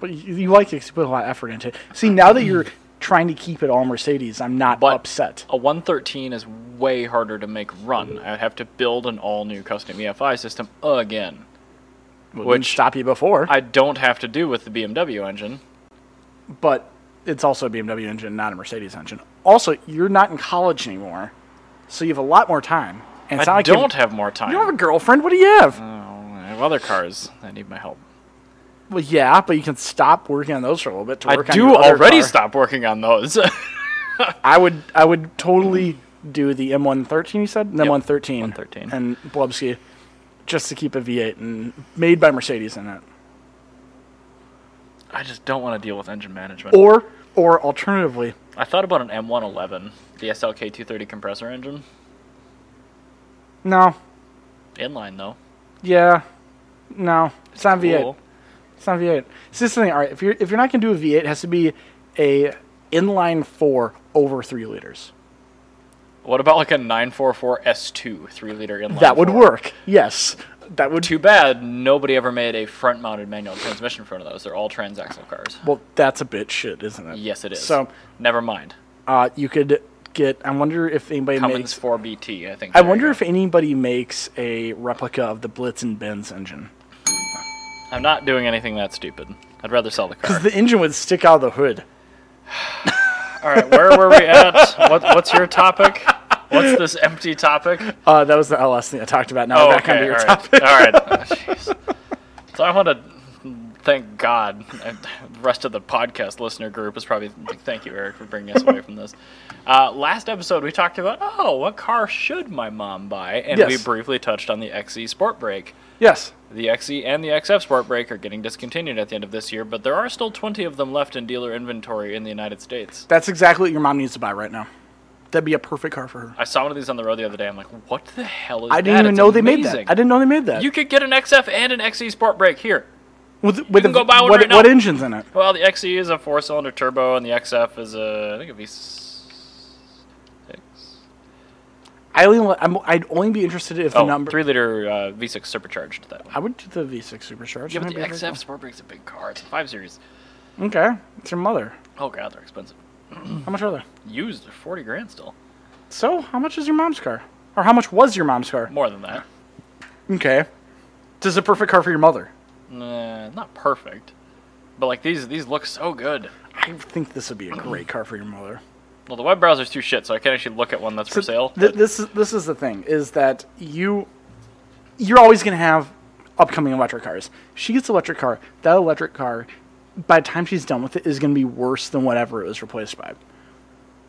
S2: But you, you like it 'cause you put a lot of effort into it. See, now that you're trying to keep it all Mercedes, I'm not
S1: But-
S2: upset.
S1: A 113 is way harder to make run. I have to build an all new custom EFI system again.
S2: Which
S1: which-
S2: stop you before,
S1: I don't have to do with the BMW engine.
S2: but it's also a BMW engine, not a Mercedes engine. Also, you're not in college anymore, so you have a lot more time. And it's not
S1: I
S2: like you
S1: don't
S2: have,
S1: have more time. Oh,
S2: you don't have a girlfriend. What do you have?
S1: I have other cars that need my help.
S2: well, yeah, but you can stop working on those for a little bit. To
S1: I
S2: work on
S1: do
S2: your other
S1: already
S2: car.
S1: stop working on those.
S2: I would I would totally do the M113. You said the M113,
S1: 113.
S2: and Blubsky, just to keep a V8 and made by Mercedes in it.
S1: I just don't want to deal with engine management.
S2: Or or alternatively,
S1: I thought about an M111, the SLK 230 compressor engine.
S2: no,
S1: Inline though.
S2: yeah, no, it's not V8.
S1: Cool.
S2: It's It's not V8. It's just something. All right, if you're if you're not gonna do a V8, it has to be a inline four over three liters.
S1: What about like a 944 S2 three liter inline?
S2: that would
S1: four?
S2: work. Yes, that would.
S1: Too bad nobody ever made a front-mounted manual transmission for one of those. They're all transaxle cars.
S2: Well, that's a bit shit, isn't it?
S1: Yes, it is.
S2: So
S1: never mind.
S2: uh, you could get. I wonder if anybody
S1: Cummins
S2: makes.
S1: 4BT, I think.
S2: I
S1: there you
S2: wonder
S1: go.
S2: if anybody makes a replica of the Blitz and Benz engine.
S1: I'm not doing anything that stupid. I'd rather sell the car.
S2: Because the engine would stick out of the hood.
S1: All right, where were we at? What, what's your topic? What's this empty topic?
S2: Uh, that was the LS thing I talked about. Now we're back onto your
S1: Oh, all right,
S2: topic.
S1: All right. Oh, jeez. so I want to thank God. and The rest of the podcast listener group is probably thank you, Eric, for bringing us away from this. Uh, last episode, we talked about oh, what car should my mom buy, and we
S2: Yes.
S1: briefly touched on the XE Sport Brake.
S2: Yes.
S1: The XE and the XF Sport Brake are getting discontinued at the end of this year, but there are still 20 of them left in dealer inventory in the United States.
S2: That's exactly what your mom needs to buy right now. That'd be a perfect car for her.
S1: I saw one of these on the road the other day. I'm like, what the hell is
S2: I didn't
S1: that?
S2: even
S1: It's
S2: know they made
S1: amazing.
S2: that. I didn't know they made that.
S1: You could get an XF and an XE Sport Brake here.
S2: with with
S1: can
S2: the-
S1: go buy one
S2: what,
S1: right now.
S2: what engines in it?
S1: Well, the XE is a four-cylinder turbo, and the XF is a I think it'd be s- six.
S2: I only, I'm, I'd only be interested if the
S1: Oh,
S2: number.
S1: three-liter uh, V6 supercharged that one.
S2: I would do the V6 supercharged.
S1: Yeah, but
S2: That'd
S1: the
S2: be really
S1: XF Sport Brake's a big car. It's a five series.
S2: cool. Okay, it's your mother.
S1: Oh god, they're expensive. Hmm.
S2: How much are they?
S1: Used, they're forty grand still.
S2: So, how much is your mom's car? Or how much was your mom's car?
S1: More than that.
S2: Okay. This is a perfect car for your mother.
S1: Nah, not perfect, but like these these look so good.
S2: I think this would be a great car for your mother.
S1: Well, the web browser's too shit, so I can't actually look at one that's for sale.
S2: Th-
S1: but-
S2: this is this is the thing is that you you're always going to have upcoming electric cars. She gets an electric car. That electric car, by the time she's done with it, is going to be worse than whatever it was replaced by.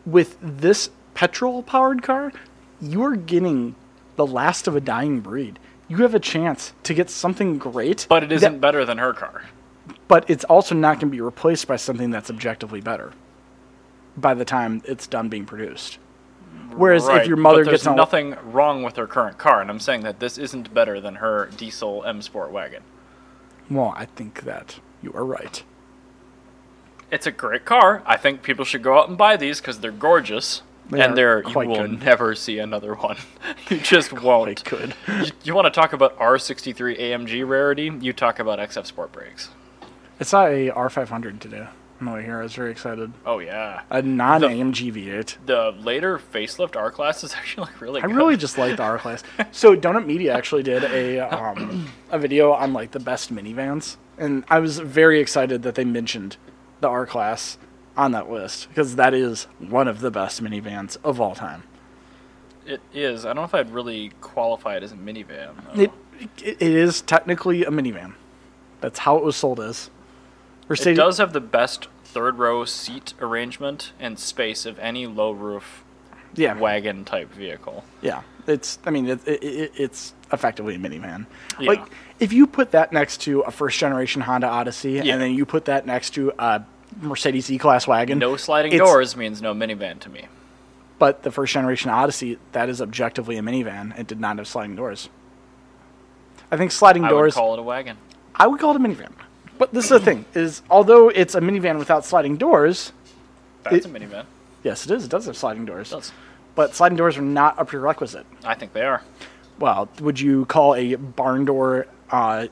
S2: With this petrol-powered car, you are getting the last of a dying breed. You have a chance to get something great,
S1: but it
S2: that-
S1: isn't better than her car.
S2: but it's also not going to be replaced by something that's objectively better by the time it's done being produced. Whereas
S1: Right,
S2: if your mother
S1: but there's
S2: gets an
S1: nothing wrong with her current car, and I'm saying that this isn't better than her diesel M Sport wagon.
S2: Well, I think that you are right.
S1: It's a great car. I think people should go out and buy these because they're gorgeous,
S2: They are
S1: and they're you
S2: quite
S1: will
S2: good.
S1: never see another one. you just
S2: They
S1: won't.
S2: could.
S1: You, want to talk about R63 AMG rarity? You talk about XF Sport brakes.
S2: I saw a R500 today on the way here. I was very excited.
S1: Oh yeah.
S2: A non AMG V8.
S1: The later facelift R class is actually like really.
S2: I
S1: good.
S2: really just like the R class. So Donut Media actually did a um, a video on like the best minivans, and I was very excited that they mentioned the R class on that list because that is one of the best minivans of all time.
S1: It is. I don't know if I'd really qualify it as a minivan. though.
S2: It it, it is technically a minivan. That's how it was sold as.
S1: It
S2: Mercedes,
S1: does have the best third row seat arrangement and space of any low roof
S2: yeah.
S1: wagon type vehicle.
S2: Yeah, it's. I mean, it, it, it, it's effectively a minivan.
S1: Yeah.
S2: Like if you put that next to a first generation Honda Odyssey,
S1: Yeah.
S2: and then you put that next to a Mercedes E Class wagon,
S1: No sliding
S2: it's-
S1: doors means no minivan to me.
S2: But the first generation Odyssey, that is objectively a minivan. It did not have sliding doors. I think sliding
S1: I would
S2: doors.
S1: call it a wagon.
S2: I would call it a minivan. But this is the thing: is although it's a minivan without sliding doors,
S1: That's
S2: It-
S1: a minivan.
S2: yes, it is. It does have sliding doors.
S1: That's,
S2: But sliding doors are not a prerequisite.
S1: I think they are.
S2: Well, would you call a barn door uh,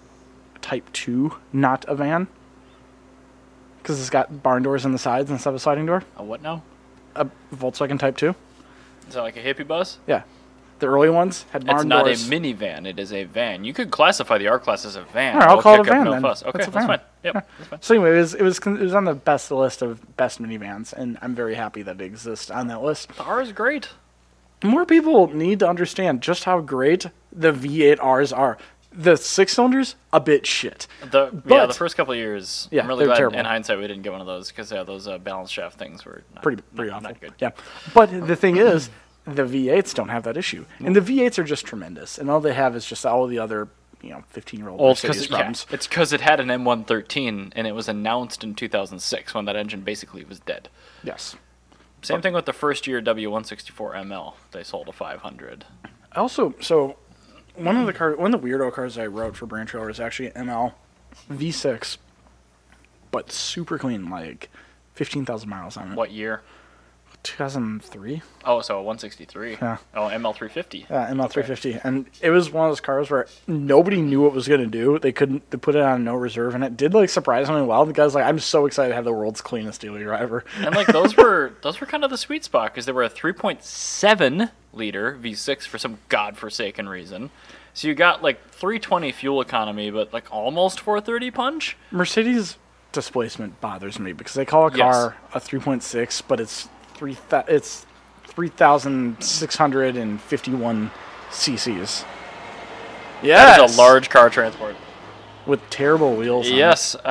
S2: type two not a van? Because it's got barn doors on the sides instead of a sliding door.
S1: A what now?
S2: A Volkswagen type two.
S1: Is that like a hippie bus?
S2: Yeah, the early ones had barn
S1: it's not
S2: doors.
S1: a minivan. It is a van. You could classify the R class as a van.
S2: All right, I'll
S1: We'll
S2: call it
S1: kick
S2: a
S1: up
S2: van
S1: no
S2: then.
S1: fuss. Okay,
S2: That's
S1: that's,
S2: a van.
S1: fine. Yep, that's fine.
S2: so anyway, it was, it was con- it was on the best list of best minivans, and I'm very happy that it exists on that list.
S1: The R is great.
S2: More people need to understand just how great the V8Rs are. The six cylinders, a bit shit.
S1: The yeah, the
S2: But-
S1: first couple of years.
S2: Yeah,
S1: I'm really
S2: they're
S1: glad
S2: terrible.
S1: in hindsight we didn't get one of those because yeah, those uh, balance shaft things were not,
S2: pretty pretty
S1: not,
S2: awful.
S1: not good.
S2: Yeah, but the thing is, the V8s don't have that issue, and the V8s are just tremendous, and all they have is just all the other you know 15 year old
S1: Well, it's
S2: Mercedes
S1: because yeah,
S2: problems.
S1: it's 'cause it had an M113 and it was announced in 2006 when that engine basically was dead.
S2: Yes.
S1: Same thing with the first year W164ML. They sold a 500.
S2: Also, so one of the car, one of the weirdo cars I rode for Branch Rover is actually an ML V6 but super clean, like fifteen thousand miles on it.
S1: What year?
S2: 2003?
S1: Oh, so a 163.
S2: Yeah.
S1: Oh, ML350.
S2: Yeah, ML350, and it was one of those cars where nobody knew what it was gonna do. They couldn't. They put it on no reserve, and it did like surprisingly well. The guy's like, "I'm so excited to have the world's cleanest daily driver."
S1: And like those were those were kind of the sweet spot because they were a 3.7 liter V6 for some godforsaken reason. So you got like 320 fuel economy, but like almost 430 punch.
S2: Mercedes displacement bothers me because they call a car a 3.6, but it's three. thou- It's 3,651 cc's. Yeah,
S1: That is a large car transport.
S2: with terrible wheels. on it.
S1: Yes.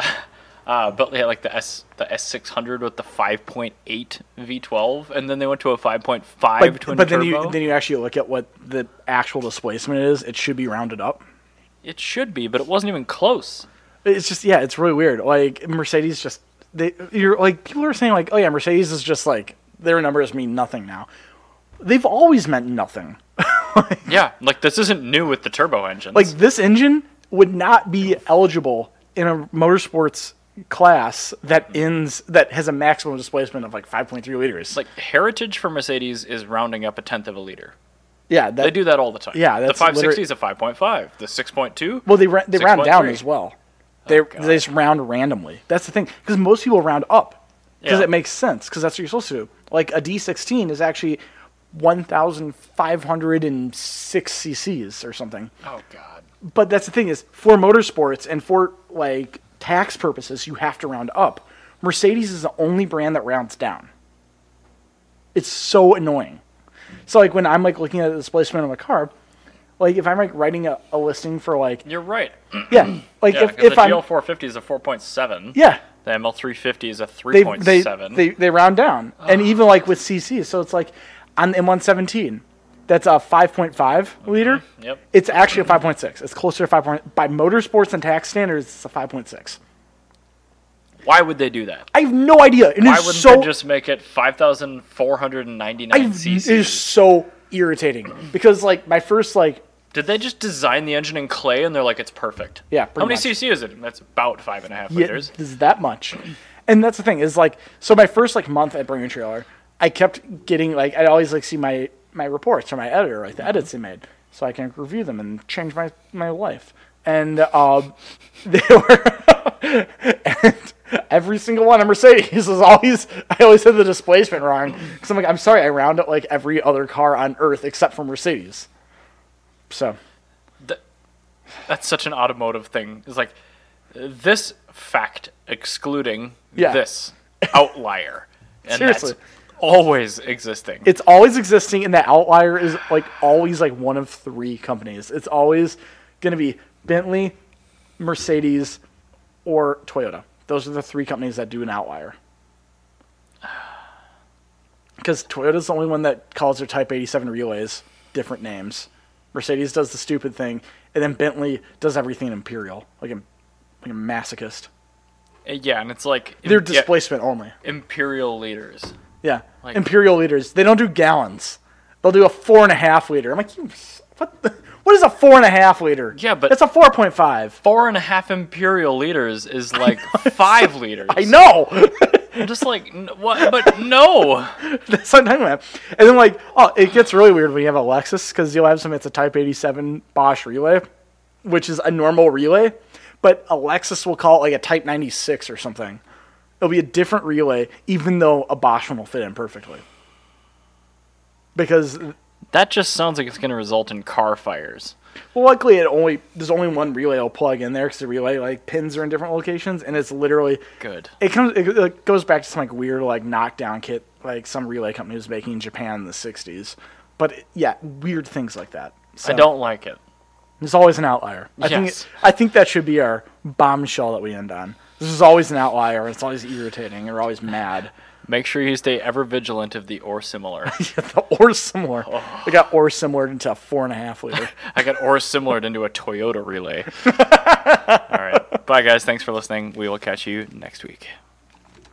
S1: Uh, but yeah, like the S the S six hundred with the five point eight V twelve, and then they went to a five point five
S2: But,
S1: twin
S2: but then
S1: turbo.
S2: you then you actually look at what the actual displacement is. It should be rounded up.
S1: it should be, but it wasn't even close.
S2: It's just yeah, it's really weird. Like Mercedes just they you're like people are saying like oh yeah, Mercedes is just like their numbers mean nothing now. They've always meant nothing.
S1: Yeah, like this isn't new with the turbo engines.
S2: Like this engine would not be eligible in a motorsports class that ends that has a maximum displacement of like 5.3 liters.
S1: like heritage for Mercedes is rounding up a tenth of a liter.
S2: yeah, that,
S1: They do that all the time.
S2: Yeah, that's
S1: the
S2: literally-
S1: 560 is a 5.5. The 6.2.
S2: Well, they ra- they round down
S1: 6.3.
S2: as well. They they just round randomly. That's the thing because most people round up because
S1: Yeah.
S2: it makes sense because that's what you're supposed to do. Like a D16 is actually 1,506 cc's or something.
S1: oh God.
S2: But that's the thing is for motorsports and for like tax purposes, you have to round up. Mercedes is the only brand that rounds down. It's so annoying. So like when I'm like looking at the displacement of a car, like if I'm like writing a, a listing for like
S1: You're right.
S2: yeah, like
S1: yeah,
S2: if,
S1: 'cause
S2: if
S1: the
S2: I'm
S1: GL450 is a 4.7.
S2: yeah,
S1: The ML350 is a
S2: they
S1: 3.7.
S2: they, they they round down, and
S1: Ah.
S2: even like with CC, so it's like on the M117, that's a 5.5 liter.
S1: Mm-hmm, yep. Mm-hmm.
S2: It's actually a 5.6. It's closer to 5. Point, by motorsports and tax standards, it's a 5.6.
S1: Why would they do that?
S2: I have no idea. It
S1: Why
S2: is
S1: wouldn't
S2: so
S1: they just make it 5,499
S2: I've- it is
S1: cc?
S2: so irritating because like my first like
S1: Did they just design the engine in clay and they're like, it's perfect?
S2: Yeah,
S1: How
S2: pretty
S1: many
S2: much.
S1: cc is it? That's about five and a half
S2: yeah,
S1: liters.
S2: this is that much. And that's the thing is like so my first like month at Bring a Trailer, I kept getting like I'd always like see my my reports from my editor like the edits they made so I can review them and change my my life. And um, they were and every single one of Mercedes was always I always had the displacement wrong because I'm like I'm sorry I round up like every other car on Earth except for Mercedes. So
S1: Th- that's such an automotive thing. It's like this fact excluding
S2: Yeah.
S1: this outlier. And
S2: Seriously.
S1: That's always existing.
S2: it's always existing and that outlier is like always like one of three companies it's always going to be bentley mercedes or toyota those are the three companies that do an outlier because toyota's the only one that calls their type 87 relays different names mercedes does the stupid thing and then bentley does everything in imperial like a, like a masochist
S1: Uh, yeah, and it's like
S2: they're
S1: im- yeah,
S2: displacement only
S1: imperial leaders.
S2: yeah.
S1: Like-
S2: Imperial liters. They don't do gallons. They'll do a four and a half liter. I'm like, you, s- what? The, what is a four and a half liter?
S1: Yeah, but-
S2: it's a four point five.
S1: Four and a half imperial liters is like five liters.
S2: I know.
S1: I'm just like n- what? But no.
S2: That's what I'm talking about. And then like, oh, it gets really weird when you have a Lexus because you'll have some. It's a Type 87 Bosch relay, which is a normal relay, but a Lexus will call it like a Type 96 or something. It'll be a different relay, even though a Bosch one will fit in perfectly. Because
S1: That just sounds like it's going to result in car fires.
S2: Well, luckily, it only there's only one relay I'll plug in there because the relay like pins are in different locations, and it's literally
S1: Good.
S2: it comes it, like, goes back to some like weird like knockdown kit like some relay company was making in Japan in the '60s. But yeah, weird things like that. So,
S1: I don't like it.
S2: There's always an outlier. I
S1: Yes.
S2: think I think that should be our bombshell that we end on. This is always an outlier. It's always irritating. and We're always mad.
S1: Make sure you stay ever vigilant of the or similar.
S2: The or similar.
S1: Oh.
S2: I got or similar into a four and a half liter.
S1: I got or similar into a Toyota relay. All right. Bye, guys. Thanks for listening. We will catch you next week.